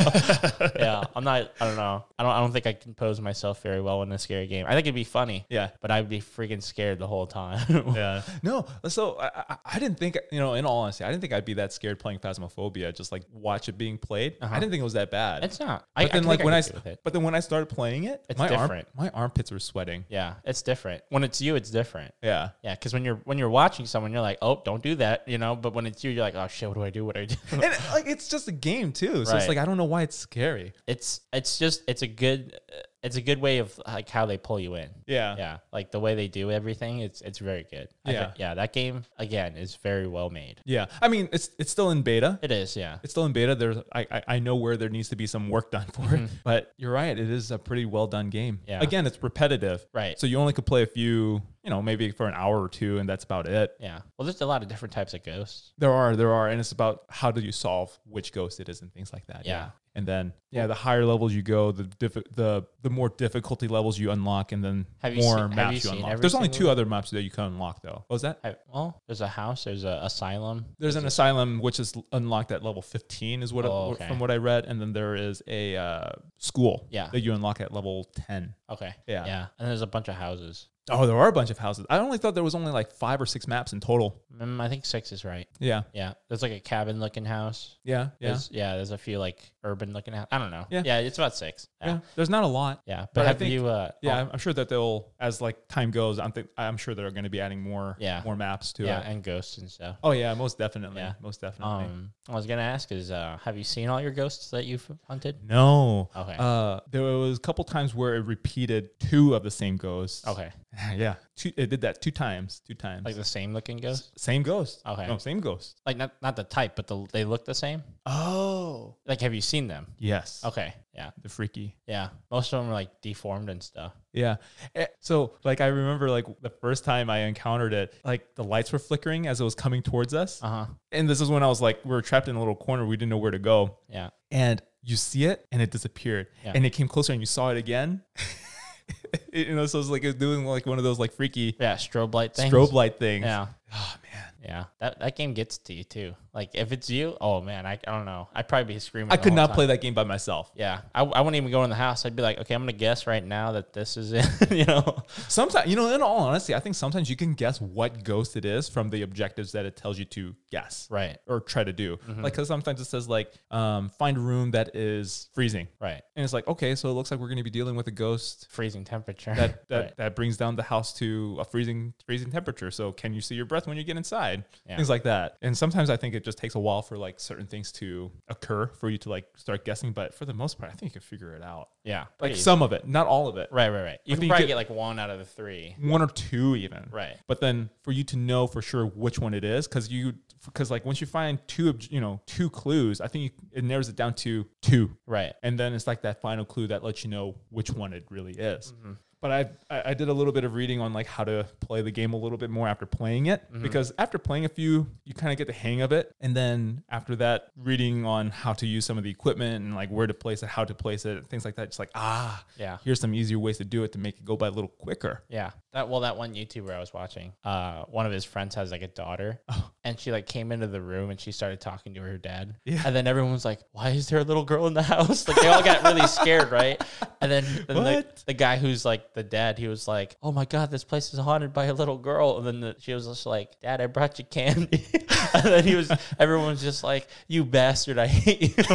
Speaker 1: yeah. I'm not I don't know. I don't I don't think I compose myself very well in a scary game. I think it'd be funny
Speaker 2: Yeah.
Speaker 1: but I'd be freaking scared the whole time.
Speaker 2: Yeah. No. So I, I, I didn't think you know. In all honesty, I didn't think I'd be that scared playing Phasmophobia. Just like watch it being played. I didn't think it was that bad.
Speaker 1: Uh-huh. it's not. I,
Speaker 2: but then
Speaker 1: I
Speaker 2: like when I,
Speaker 1: I,
Speaker 2: s-
Speaker 1: could do with it.
Speaker 2: but then when I started playing it,
Speaker 1: It's
Speaker 2: my arm,
Speaker 1: different.
Speaker 2: my armpits were sweating.
Speaker 1: yeah, it's different. When it's you, it's different.
Speaker 2: Yeah.
Speaker 1: Yeah, because when you're when you're watching someone, you're like, oh, don't do that, you know. But when it's you, you're like, oh shit, what do I do? What do I do?
Speaker 2: And like it's just a game too, so it's
Speaker 1: Right.
Speaker 2: like I don't know why it's scary.
Speaker 1: it's it's just it's a good it's a good way of like how they pull you in.
Speaker 2: Yeah.
Speaker 1: Yeah, like the way they do everything, it's it's very good. I
Speaker 2: Yeah.
Speaker 1: thi- yeah, that game again is very well made.
Speaker 2: Yeah. I mean, it's it's still in beta.
Speaker 1: It is, yeah.
Speaker 2: it's still in beta. There's I, I I know where there needs to be some work done for it, but you're right. It is a pretty well done game.
Speaker 1: Mm-hmm. Yeah.
Speaker 2: Again, it's repetitive.
Speaker 1: Right.
Speaker 2: So you only could play a few, you know, maybe for an hour or two, and that's about it.
Speaker 1: Yeah. Well, there's a lot of different types of ghosts.
Speaker 2: There are there are, and it's about how do you solve which ghost it is and things like that.
Speaker 1: Yeah.
Speaker 2: And then yeah, the higher levels you go, the diff- the the more difficulty levels you unlock, and then
Speaker 1: Have you
Speaker 2: more
Speaker 1: seen- have
Speaker 2: maps
Speaker 1: you
Speaker 2: you,
Speaker 1: seen
Speaker 2: unlock.
Speaker 1: every
Speaker 2: There's only
Speaker 1: single
Speaker 2: two other maps that you can unlock though. What was that?
Speaker 1: I, well, there's a house. There's a asylum.
Speaker 2: There's an asylum which is unlocked at level 15, is what
Speaker 1: Oh,
Speaker 2: it-
Speaker 1: okay.
Speaker 2: from what I read, and then there is a uh, school
Speaker 1: Yeah.
Speaker 2: that you unlock at level 10.
Speaker 1: Okay.
Speaker 2: Yeah.
Speaker 1: Yeah. And there's a bunch of houses.
Speaker 2: Oh, there are a bunch of houses. I only thought there was only like five or six maps in total.
Speaker 1: Mm, I think six is right.
Speaker 2: Yeah,
Speaker 1: Yeah, there's like a cabin looking house.
Speaker 2: yeah, yeah,
Speaker 1: There's, yeah, there's a few like urban looking house. I don't know.
Speaker 2: Yeah.
Speaker 1: it's about six. Yeah,
Speaker 2: yeah.
Speaker 1: yeah.
Speaker 2: There's not a lot.
Speaker 1: But,
Speaker 2: But I
Speaker 1: have
Speaker 2: think-
Speaker 1: you? Uh,
Speaker 2: Yeah,
Speaker 1: oh,
Speaker 2: I'm- I'm sure that they'll, as like time goes, I'm think I'm sure they're going to be adding more,
Speaker 1: Yeah.
Speaker 2: more maps to
Speaker 1: yeah,
Speaker 2: it.
Speaker 1: and ghosts and stuff.
Speaker 2: Oh yeah, most definitely,
Speaker 1: Yeah.
Speaker 2: most definitely.
Speaker 1: Um, I was gonna ask is, uh, have you seen all your ghosts that you've hunted?
Speaker 2: no,
Speaker 1: Okay.
Speaker 2: uh, there was a couple times where it repeated two of the same ghosts.
Speaker 1: okay,
Speaker 2: yeah, two, it did that two times, two times.
Speaker 1: like the same looking ghost.
Speaker 2: same ghost.
Speaker 1: Okay.
Speaker 2: no, same ghost.
Speaker 1: Like not not the type, but the, they look the same.
Speaker 2: Oh,
Speaker 1: Like, have you seen them?
Speaker 2: yes.
Speaker 1: Okay, yeah,
Speaker 2: the freaky.
Speaker 1: yeah. Most of them are like deformed and stuff.
Speaker 2: Yeah. Eh, So like I remember like the first time I encountered it, like the lights were flickering as it was coming towards us.
Speaker 1: Uh huh.
Speaker 2: And this is when I was like, we were trapped in a little corner. We didn't know where to go.
Speaker 1: Yeah.
Speaker 2: And you see it and it disappeared.
Speaker 1: Yeah.
Speaker 2: And it came closer and you saw it again. you know, so it's like it was doing like one of those like freaky
Speaker 1: Yeah, strobe light things.
Speaker 2: strobe light things.
Speaker 1: Yeah,
Speaker 2: Oh man.
Speaker 1: yeah. That that game gets to you too. Like if it's you, oh man, I, I don't know. I'd probably be screaming.
Speaker 2: I
Speaker 1: the
Speaker 2: could
Speaker 1: whole
Speaker 2: not
Speaker 1: time.
Speaker 2: play that game by myself.
Speaker 1: Yeah, I, I wouldn't even go in the house. I'd be like, okay, I'm gonna guess right now that this is it. you know?
Speaker 2: Sometimes, you know, in all honesty, I think sometimes you can guess what ghost it is from the objectives that it tells you to guess.
Speaker 1: Right,
Speaker 2: or try to do.
Speaker 1: Mm-hmm.
Speaker 2: Like, because sometimes it says like, um, find a room that is freezing,
Speaker 1: right.
Speaker 2: and it's like, okay, so it looks like we're going to be dealing with a ghost
Speaker 1: Freezing temperature.
Speaker 2: that that,
Speaker 1: Right.
Speaker 2: that brings down the house to a freezing freezing temperature. So can you see your breath when you get inside?
Speaker 1: Yeah.
Speaker 2: Things like that. And sometimes I think it just takes a while for like certain things to occur for you to like start guessing. But for the most part, I think you can figure it out.
Speaker 1: Yeah.
Speaker 2: Like
Speaker 1: pretty-
Speaker 2: some of it, not all of it.
Speaker 1: Right, right, right. You can
Speaker 2: think you
Speaker 1: probably
Speaker 2: could-
Speaker 1: get like one out of the three.
Speaker 2: one or two even
Speaker 1: Right.
Speaker 2: but then for you to know for sure which one it is because you because like once you find two obj- you know two clues i think you, it narrows it down to two
Speaker 1: Right.
Speaker 2: and then it's like that final clue that lets you know which one it really is but I, I i did a little bit of reading on like how to play the game a little bit more after playing it because after playing a few you kind of get the hang of it and then after that reading on how to use some of the equipment and like where to place it how to place it things like that it's like ah
Speaker 1: Yeah.
Speaker 2: here's some easier ways to do it to make it go by a little quicker
Speaker 1: Yeah. That well, that one YouTuber I was watching, uh, one of his friends has like a daughter,
Speaker 2: Oh.
Speaker 1: and she like came into the room and she started talking to her dad.
Speaker 2: Yeah.
Speaker 1: And then everyone was like, "Why is there a little girl in the house?" Like they all got really scared, right? And then, then the,
Speaker 2: What?
Speaker 1: the guy who's like the dad, he was like, "Oh my god, this place is haunted by a little girl." And then the, she was just like, "Dad, I brought you candy." and then he was, everyone was just like, "You bastard, I hate you."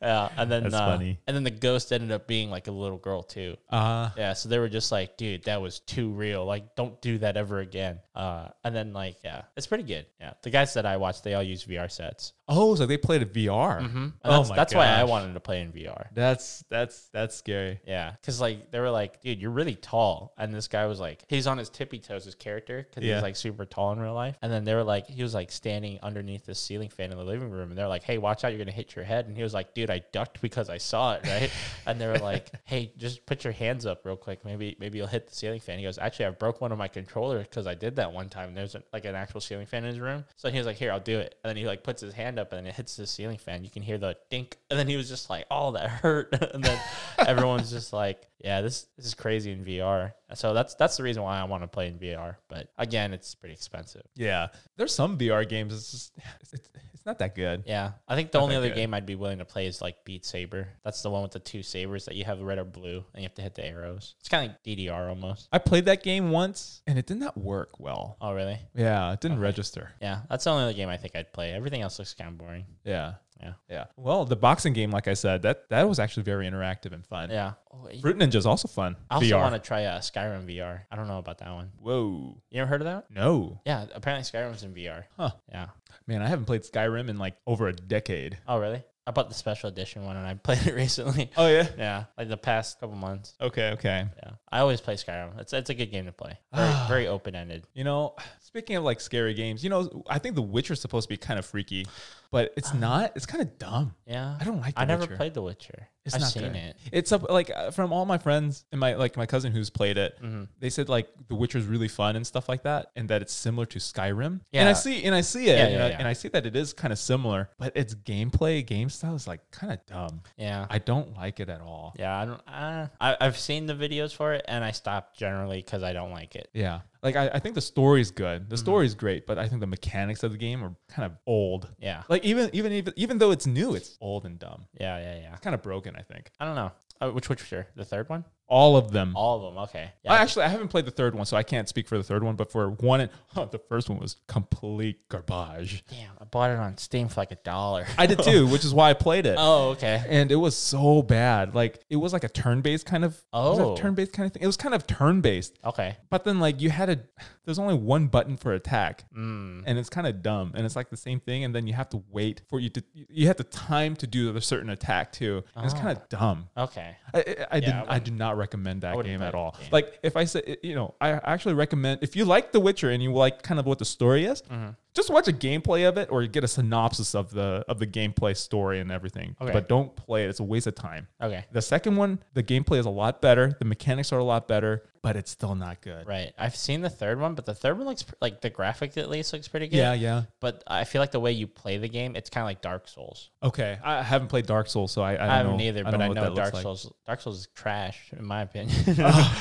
Speaker 1: yeah. And then
Speaker 2: That's
Speaker 1: uh,
Speaker 2: funny.
Speaker 1: And then the ghost ended up being like a little girl too.
Speaker 2: Ah,
Speaker 1: Yeah, so they were just like, dude, that was too real. Like, don't do that ever again. Uh, and then like, yeah, it's pretty good. Yeah, the guys that I watched, they all use VR sets.
Speaker 2: Oh, so they played a VR.
Speaker 1: Mm-hmm. And
Speaker 2: Oh
Speaker 1: that's,
Speaker 2: my
Speaker 1: That's why I
Speaker 2: gosh.
Speaker 1: wanted to play in VR.
Speaker 2: That's that's that's scary.
Speaker 1: Yeah, because like they were like, dude, you're really tall, and this guy was like, he's on his tippy toes, his character, because
Speaker 2: Yeah.
Speaker 1: he's like super tall in real life. And then they were like, he was like standing underneath the ceiling fan in the living room, and they're like, hey, watch out, you're gonna hit your head. And he was like, dude, I ducked because I saw it, right? and they were like, hey, just put your hands up real quick, maybe maybe you'll hit the ceiling fan. He goes, actually, I broke one of my controllers because I did that one time. And there's like an actual ceiling fan in his room, so he was like, here, I'll do it. And then he like puts his hand up, and then it hits the ceiling fan. You can hear the dink, and then he was just like, oh, that hurt, and then everyone's just like, yeah, this this is crazy in VR. So that's that's the reason why I want to play in VR. But again, it's pretty expensive.
Speaker 2: Yeah, there's some VR games. It's just it's, it's not that good.
Speaker 1: Yeah, I think the only
Speaker 2: that
Speaker 1: other
Speaker 2: good.
Speaker 1: game I'd be willing to play is like Beat Saber. That's the one with the two sabers that you have red or blue, and you have to hit the arrows. It's kind of like DDR almost.
Speaker 2: I played that game once, and it did not work well.
Speaker 1: Oh, really?
Speaker 2: Yeah, it didn't register.
Speaker 1: Yeah, that's the only other game I think I'd play. Everything else looks kind of boring.
Speaker 2: Yeah,
Speaker 1: Yeah.
Speaker 2: yeah. Well, the boxing game, like I said, that that was actually very interactive and fun.
Speaker 1: Yeah. Oh, I
Speaker 2: Fruit Ninja is also fun.
Speaker 1: I also
Speaker 2: VR.
Speaker 1: want to try uh, Skyrim VR. I don't know about that one.
Speaker 2: Whoa,
Speaker 1: You ever heard of that?
Speaker 2: no,
Speaker 1: Yeah, apparently Skyrim's in VR.
Speaker 2: Huh.
Speaker 1: Yeah.
Speaker 2: man, I haven't played Skyrim in like over a decade.
Speaker 1: Oh, really? I bought the special edition one and I played it recently.
Speaker 2: Oh yeah.
Speaker 1: Yeah, like the past couple months.
Speaker 2: Okay, okay.
Speaker 1: Yeah, I always play Skyrim. It's it's a good game to play. Very,
Speaker 2: Ah.
Speaker 1: very open ended.
Speaker 2: You know, speaking of like scary games, you know, I think The Witcher's supposed to be kind of freaky, but it's not. It's kind of dumb.
Speaker 1: Uh-huh. Yeah,
Speaker 2: I don't like. The
Speaker 1: I never
Speaker 2: Witcher.
Speaker 1: played The Witcher.
Speaker 2: It's
Speaker 1: I've
Speaker 2: not
Speaker 1: seen
Speaker 2: good.
Speaker 1: it.
Speaker 2: It's up like uh, from all my friends and my like my cousin who's played it.
Speaker 1: Mm-hmm.
Speaker 2: They said like The Witcher's really fun and stuff like that, and that it's similar to Skyrim. And
Speaker 1: Yeah.
Speaker 2: I see and I see it,
Speaker 1: Yeah,
Speaker 2: and,
Speaker 1: yeah,
Speaker 2: I,
Speaker 1: yeah.
Speaker 2: and I see that it is kind of similar, but its gameplay, game style is like kind of dumb.
Speaker 1: Yeah,
Speaker 2: I don't like it at all.
Speaker 1: yeah. I don't. Uh, I I've seen the videos for it and I stopped generally because I don't like it.
Speaker 2: Yeah. Like I, I think the story's good.
Speaker 1: Mm-hmm.
Speaker 2: The story's great, but I think the mechanics of the game are kind of old.
Speaker 1: Yeah,
Speaker 2: Like even even even even though it's new, it's old and dumb.
Speaker 1: yeah, yeah, yeah.
Speaker 2: It's kind of broken, I think.
Speaker 1: I don't know. Uh, which which sure the third one?
Speaker 2: All of them.
Speaker 1: All of them. Okay.
Speaker 2: I actually, I haven't played the third one, so I can't speak for the third one. But for one, and, the first one was complete garbage.
Speaker 1: Damn, I bought it on Steam for like a dollar.
Speaker 2: I did too, which is why I played it.
Speaker 1: oh, okay.
Speaker 2: and it was so bad. Like it was like a turn-based kind of was it a
Speaker 1: Oh.
Speaker 2: turn-based kind of thing. It was kind of turn-based,
Speaker 1: Okay.
Speaker 2: but then like you had a there's only one button for attack,
Speaker 1: Mm.
Speaker 2: and it's kind of dumb. And it's like the same thing, and then you have to wait for you to you have the time to do a certain attack too. And It's
Speaker 1: Oh.
Speaker 2: kind of dumb.
Speaker 1: Okay.
Speaker 2: I, I, I didn't.
Speaker 1: I
Speaker 2: I, do not recommend that
Speaker 1: wouldn't
Speaker 2: game
Speaker 1: play
Speaker 2: at
Speaker 1: that
Speaker 2: all.
Speaker 1: game.
Speaker 2: Like if I said, you know, I actually recommend if you like The Witcher and you like kind of what the story is,
Speaker 1: Mm-hmm.
Speaker 2: just watch a gameplay of it or get a synopsis of the of the gameplay story and everything.
Speaker 1: Okay.
Speaker 2: But don't play it; it's a waste of time.
Speaker 1: Okay.
Speaker 2: The second one, the gameplay is a lot better. The mechanics are a lot better, but it's still not good.
Speaker 1: Right. I've seen the third one, but the third one looks pr- like the graphic at least looks pretty good.
Speaker 2: Yeah, yeah.
Speaker 1: But I feel like the way you play the game, it's kind of like Dark Souls.
Speaker 2: Okay, I haven't played Dark Souls, so I, I, don't
Speaker 1: I haven't
Speaker 2: know.
Speaker 1: either,
Speaker 2: don't
Speaker 1: but I
Speaker 2: what
Speaker 1: know
Speaker 2: that looks
Speaker 1: Dark
Speaker 2: like.
Speaker 1: Souls. Dark Souls is trash, in my opinion.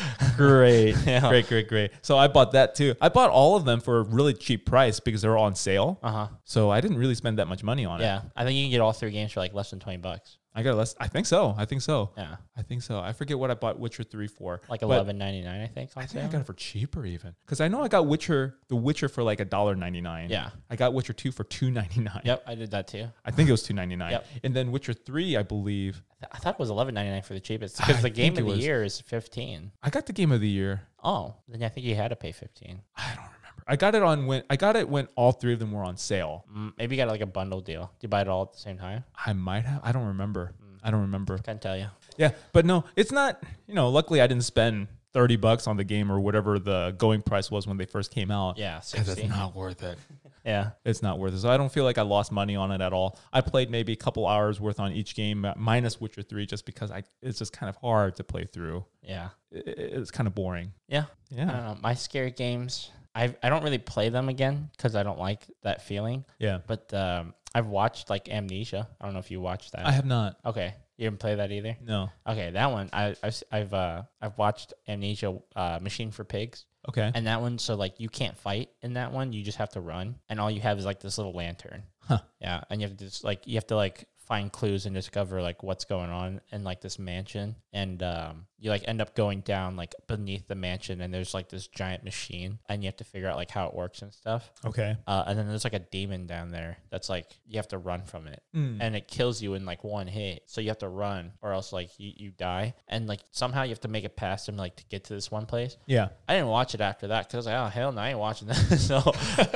Speaker 2: great,
Speaker 1: Yeah.
Speaker 2: great, great, great. So I bought that too. I bought all of them for a really cheap price because they were on sale.
Speaker 1: uh huh.
Speaker 2: So I didn't really spend that much money on it.
Speaker 1: Yeah, I think you can get all three games for like less than twenty bucks.
Speaker 2: I got less. I think so. I think so.
Speaker 1: Yeah,
Speaker 2: I think so. I forget what I bought Witcher three for.
Speaker 1: like
Speaker 2: but
Speaker 1: eleven ninety nine, I think. on
Speaker 2: I think I
Speaker 1: sale.
Speaker 2: got it for cheaper even because I know I got Witcher the Witcher for like a dollar ninety nine.
Speaker 1: Yeah.
Speaker 2: I got Witcher two for two ninety nine.
Speaker 1: Yep, I did that too.
Speaker 2: I think it was two ninety nine.
Speaker 1: Yep.
Speaker 2: And then Witcher three, I believe
Speaker 1: I th- I thought it was eleven ninety nine for the cheapest because the game
Speaker 2: think
Speaker 1: of the
Speaker 2: it was.
Speaker 1: year is fifteen.
Speaker 2: I got the game of the year.
Speaker 1: Oh, then I think you had to pay fifteen.
Speaker 2: I don't remember. I got it on when I got it when all three of them were on sale.
Speaker 1: Mm, Maybe you got like a bundle deal. Do you buy it all at the same time?
Speaker 2: I might have. I don't remember.
Speaker 1: Mm.
Speaker 2: I don't remember.
Speaker 1: Can't tell you.
Speaker 2: Yeah, but no, it's not. You know, luckily I didn't spend thirty bucks on the game or whatever the going price was when they first came out.
Speaker 1: Yeah,
Speaker 2: 'Cause
Speaker 1: sixty.
Speaker 2: not worth it.
Speaker 1: Yeah,
Speaker 2: It's not worth it. So I don't feel like I lost money on it at all. I played maybe a couple hours worth on each game, uh, minus Witcher Three, just because I it's just kind of hard to play through.
Speaker 1: yeah,
Speaker 2: I- I- It's kind of boring.
Speaker 1: yeah. I
Speaker 2: Yeah,
Speaker 1: don't know. My scary games. I I don't really play them again because I don't like that feeling.
Speaker 2: yeah.
Speaker 1: But um, I've watched like Amnesia. I don't know if you watched that.
Speaker 2: I have not.
Speaker 1: okay, you didn't play that either.
Speaker 2: No.
Speaker 1: Okay, that one I, I've s- I've uh, I've watched Amnesia uh, Machine for Pigs,
Speaker 2: Okay.
Speaker 1: and that one so like you can't fight in that one. You just have to run, and all you have is like this little lantern.
Speaker 2: Huh.
Speaker 1: Yeah, and you have to just like you have to like find clues and discover like what's going on in like this mansion, and um, you like end up going down like beneath the mansion, and there's like this giant machine, and you have to figure out like how it works and stuff.
Speaker 2: Okay.
Speaker 1: Uh, and then there's like a demon down there that's like you have to run from it
Speaker 2: Mm.
Speaker 1: and it kills you in like one hit. So you have to run or else like you, you die. And like somehow you have to make it past him like to get to this one place.
Speaker 2: Yeah.
Speaker 1: I didn't watch it after that because I was like, oh hell no, I ain't watching that.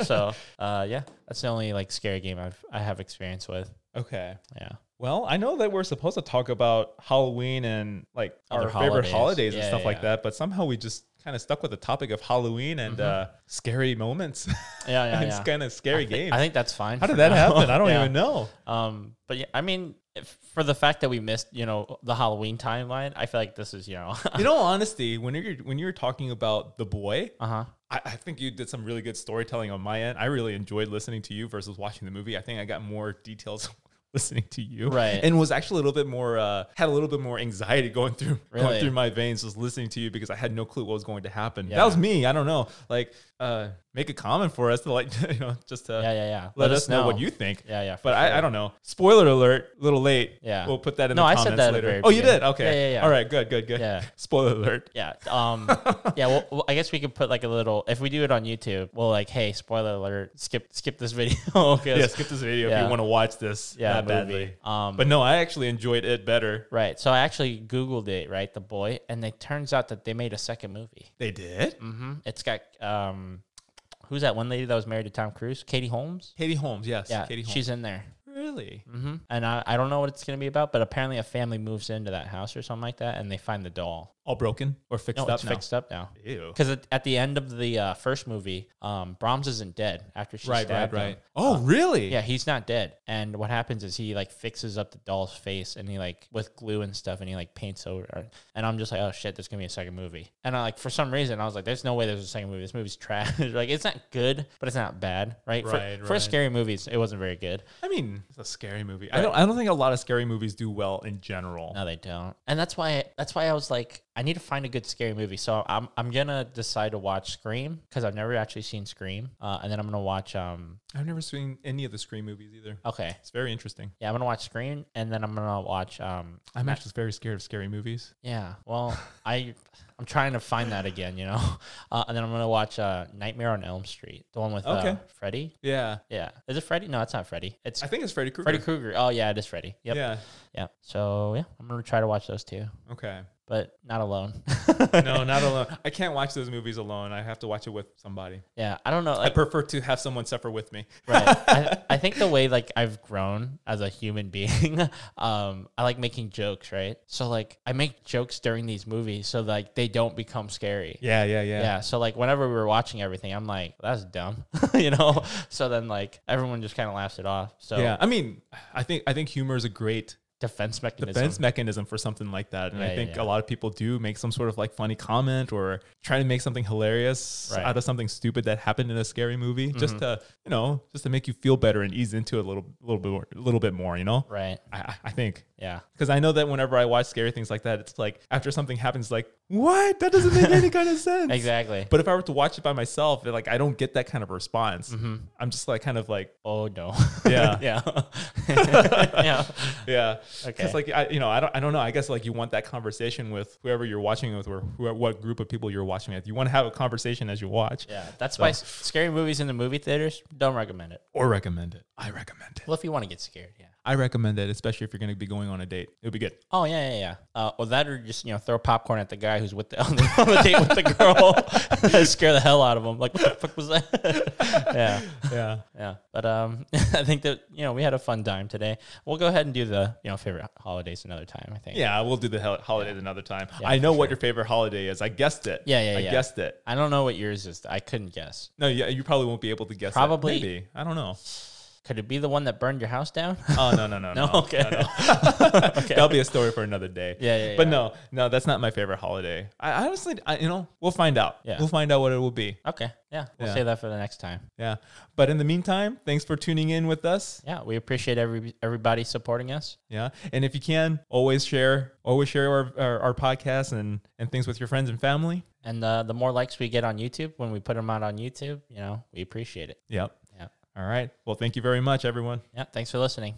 Speaker 1: so so uh yeah. That's the only like scary game I've I have experience with.
Speaker 2: Okay.
Speaker 1: Yeah.
Speaker 2: Well, I know that we're supposed to talk about Halloween and like
Speaker 1: Other
Speaker 2: our favorite
Speaker 1: holidays.
Speaker 2: holidays and
Speaker 1: Yeah,
Speaker 2: stuff
Speaker 1: yeah,
Speaker 2: like
Speaker 1: yeah.
Speaker 2: that, but somehow we just kind of stuck with the topic of Halloween and uh, scary moments
Speaker 1: Yeah, Mm-hmm. yeah.
Speaker 2: and
Speaker 1: yeah.
Speaker 2: kind of scary games.
Speaker 1: I think that's fine.
Speaker 2: How
Speaker 1: for
Speaker 2: did that
Speaker 1: now.
Speaker 2: happen? I don't
Speaker 1: Yeah.
Speaker 2: even know.
Speaker 1: Um, but yeah, I mean, if, for the fact that we missed, you know, the Halloween timeline, I feel like this is, you know,
Speaker 2: You know, honesty, when you're when you were talking about the boy,
Speaker 1: uh huh.
Speaker 2: I, I think you did some really good storytelling on my end. I really enjoyed listening to you versus watching the movie. I think I got more details listening to you,
Speaker 1: Right.
Speaker 2: And was actually a little bit more uh, had a little bit more anxiety going through going
Speaker 1: Really?
Speaker 2: through my veins just listening to you because I had no clue what was going to happen. That
Speaker 1: Yeah.
Speaker 2: was me. I don't know. Like, uh, make a comment for us to like you know just to
Speaker 1: Yeah, yeah, yeah.
Speaker 2: let, us know. what you think.
Speaker 1: Yeah, yeah. for
Speaker 2: But I,
Speaker 1: sure.
Speaker 2: I don't know. Spoiler alert, a little late.
Speaker 1: Yeah.
Speaker 2: We'll put that in
Speaker 1: No,
Speaker 2: the
Speaker 1: I said
Speaker 2: comments
Speaker 1: that at the
Speaker 2: later.
Speaker 1: very
Speaker 2: oh, you
Speaker 1: beginning.
Speaker 2: did? Okay.
Speaker 1: Yeah, yeah, yeah.
Speaker 2: All right, good, good, good.
Speaker 1: Yeah.
Speaker 2: Spoiler alert.
Speaker 1: Yeah. Um. yeah. Well, well, I guess we could put like a little. If we do it on YouTube, we'll like, hey, spoiler alert, skip skip this video. 'cause-
Speaker 2: Yeah, skip this video if
Speaker 1: Yeah.
Speaker 2: you want to watch this
Speaker 1: yeah,
Speaker 2: that badly.
Speaker 1: movie. Um.
Speaker 2: But no, I actually enjoyed it better.
Speaker 1: right. So I actually Googled it. Right, the boy, and it turns out that they made a second movie.
Speaker 2: They did?
Speaker 1: Mm-hmm. It's got um, who's that one lady that was married to Tom Cruise? Katie Holmes.
Speaker 2: Katie Holmes, yes.
Speaker 1: Yeah,
Speaker 2: Katie Holmes.
Speaker 1: she's in there.
Speaker 2: really?
Speaker 1: Mm-hmm. And I, I don't know what it's gonna be about, but apparently a family moves into that house or something like that, and they find the doll.
Speaker 2: All broken or fixed
Speaker 1: No,
Speaker 2: up
Speaker 1: it's
Speaker 2: now.
Speaker 1: fixed up now.
Speaker 2: Ew.
Speaker 1: Because at, at the end of the uh, first movie, um, Brahms isn't dead after she
Speaker 2: Right, right,
Speaker 1: stabbed
Speaker 2: right.
Speaker 1: him. Uh,
Speaker 2: Oh, really?
Speaker 1: Yeah, he's not dead. And what happens is he like fixes up the doll's face and he like with glue and stuff and he like paints over. it. And I'm just like, oh shit, there's gonna be a second movie. And I like for some reason I was like, there's no way there's a second movie. This movie's trash. like it's not good, but it's not bad, right? For-
Speaker 2: Right,
Speaker 1: for,
Speaker 2: right.
Speaker 1: scary movies, it wasn't very good.
Speaker 2: I mean, it's a scary movie. I don't I don't think a lot of scary movies do well in general.
Speaker 1: No, they don't. And that's why that's why I was like, I need to find a good scary movie. So I'm I'm gonna decide to watch Scream because I've never actually seen Scream, uh, and then I'm gonna watch um
Speaker 2: I've never seen any of the Scream movies either.
Speaker 1: okay
Speaker 2: It's very interesting.
Speaker 1: yeah I'm gonna watch Scream and then I'm gonna watch um
Speaker 2: I'm actually very scared of scary movies.
Speaker 1: yeah well I I'm trying to find that again you know uh, and then I'm gonna watch uh Nightmare on Elm Street the one with uh,
Speaker 2: Okay.
Speaker 1: Freddy
Speaker 2: Yeah.
Speaker 1: yeah is it Freddy no it's not Freddy it's
Speaker 2: I think it's Freddy Krueger.
Speaker 1: Freddy Krueger oh yeah it is Freddy yep
Speaker 2: Yeah.
Speaker 1: yeah so yeah I'm gonna try to watch those two
Speaker 2: Okay.
Speaker 1: but not alone
Speaker 2: No, not alone. I can't watch those movies alone. I have to watch it with somebody.
Speaker 1: yeah I don't know
Speaker 2: I
Speaker 1: like,
Speaker 2: prefer to have someone suffer with me.
Speaker 1: right I, I think the way like i've grown as a human being um i like making jokes right so like i make jokes during these movies so like they don't become scary
Speaker 2: Yeah, yeah,
Speaker 1: yeah, so like whenever we were watching everything i'm like that's dumb you know so then like everyone just kind of laughs it off so
Speaker 2: Yeah. I mean, I think I think humor is a great
Speaker 1: defense mechanism
Speaker 2: defense mechanism for something like that. And
Speaker 1: Yeah,
Speaker 2: I
Speaker 1: yeah,
Speaker 2: think
Speaker 1: yeah.
Speaker 2: a lot of people do make some sort of like funny comment or try to make something hilarious
Speaker 1: Right. Mm-hmm.
Speaker 2: out of something stupid that happened in a scary movie just to, you know, just to make you feel better and ease into it a little little bit more, a little bit more, you know?
Speaker 1: right
Speaker 2: I, I- I think.
Speaker 1: yeah
Speaker 2: Because I know that whenever I watch scary things like that, it's like after something happens, like, what? That doesn't make any kind of sense.
Speaker 1: exactly
Speaker 2: But if I were to watch it by myself, it, like I don't get that kind of response.
Speaker 1: Mm-hmm.
Speaker 2: I'm just like kind of like,
Speaker 1: oh no
Speaker 2: Yeah.
Speaker 1: yeah yeah
Speaker 2: yeah,
Speaker 1: Okay.
Speaker 2: because like I, you know, I don't, I don't know. I guess like you want that conversation with whoever you're watching with, or who, what group of people you're watching with. You want to have a conversation as you watch,
Speaker 1: yeah that's why s- scary movies in the movie theaters don't recommend it
Speaker 2: or recommend it. I recommend it.
Speaker 1: well if you want to get scared yeah
Speaker 2: I recommend it, especially if you're going to be going on a date. It'll be good.
Speaker 1: Oh yeah, yeah, yeah. Uh, or that, or just you know, throw popcorn at the guy who's with the on the, on the date with the girl, scare the hell out of him. Like, what the fuck was that? yeah,
Speaker 2: Yeah.
Speaker 1: yeah. But um, I think that you know we had a fun time today. We'll go ahead and do the you know favorite holidays another time. I think.
Speaker 2: Yeah, we'll do the hol- holidays another time. I know what your favorite holiday is. I guessed it.
Speaker 1: Yeah, yeah,
Speaker 2: I
Speaker 1: yeah.
Speaker 2: guessed it.
Speaker 1: I don't know what yours is. I couldn't guess.
Speaker 2: No, yeah, you probably won't be able to guess. it.
Speaker 1: Probably.
Speaker 2: Maybe. I don't know.
Speaker 1: Could it be the one that burned your house down?
Speaker 2: Oh no, no, no, no.
Speaker 1: okay.
Speaker 2: No, no. That'll be a story for another day.
Speaker 1: Yeah, yeah,
Speaker 2: But
Speaker 1: yeah.
Speaker 2: no, no, that's not my favorite holiday. I I honestly, I, you know, we'll find out.
Speaker 1: Yeah.
Speaker 2: We'll find out what it will be.
Speaker 1: Okay. Yeah. We'll
Speaker 2: Yeah.
Speaker 1: save that for the next time.
Speaker 2: Yeah. But in the meantime, thanks for tuning in with us.
Speaker 1: Yeah. We appreciate every everybody supporting us.
Speaker 2: Yeah. And if you can, always share, always share our, our, our podcast and, and things with your friends and family.
Speaker 1: And uh, the more likes we get on YouTube when we put them out on YouTube, you know, we appreciate it.
Speaker 2: Yep.
Speaker 1: Yeah.
Speaker 2: All right. Well, thank you very much, everyone.
Speaker 1: Yeah. Thanks for listening.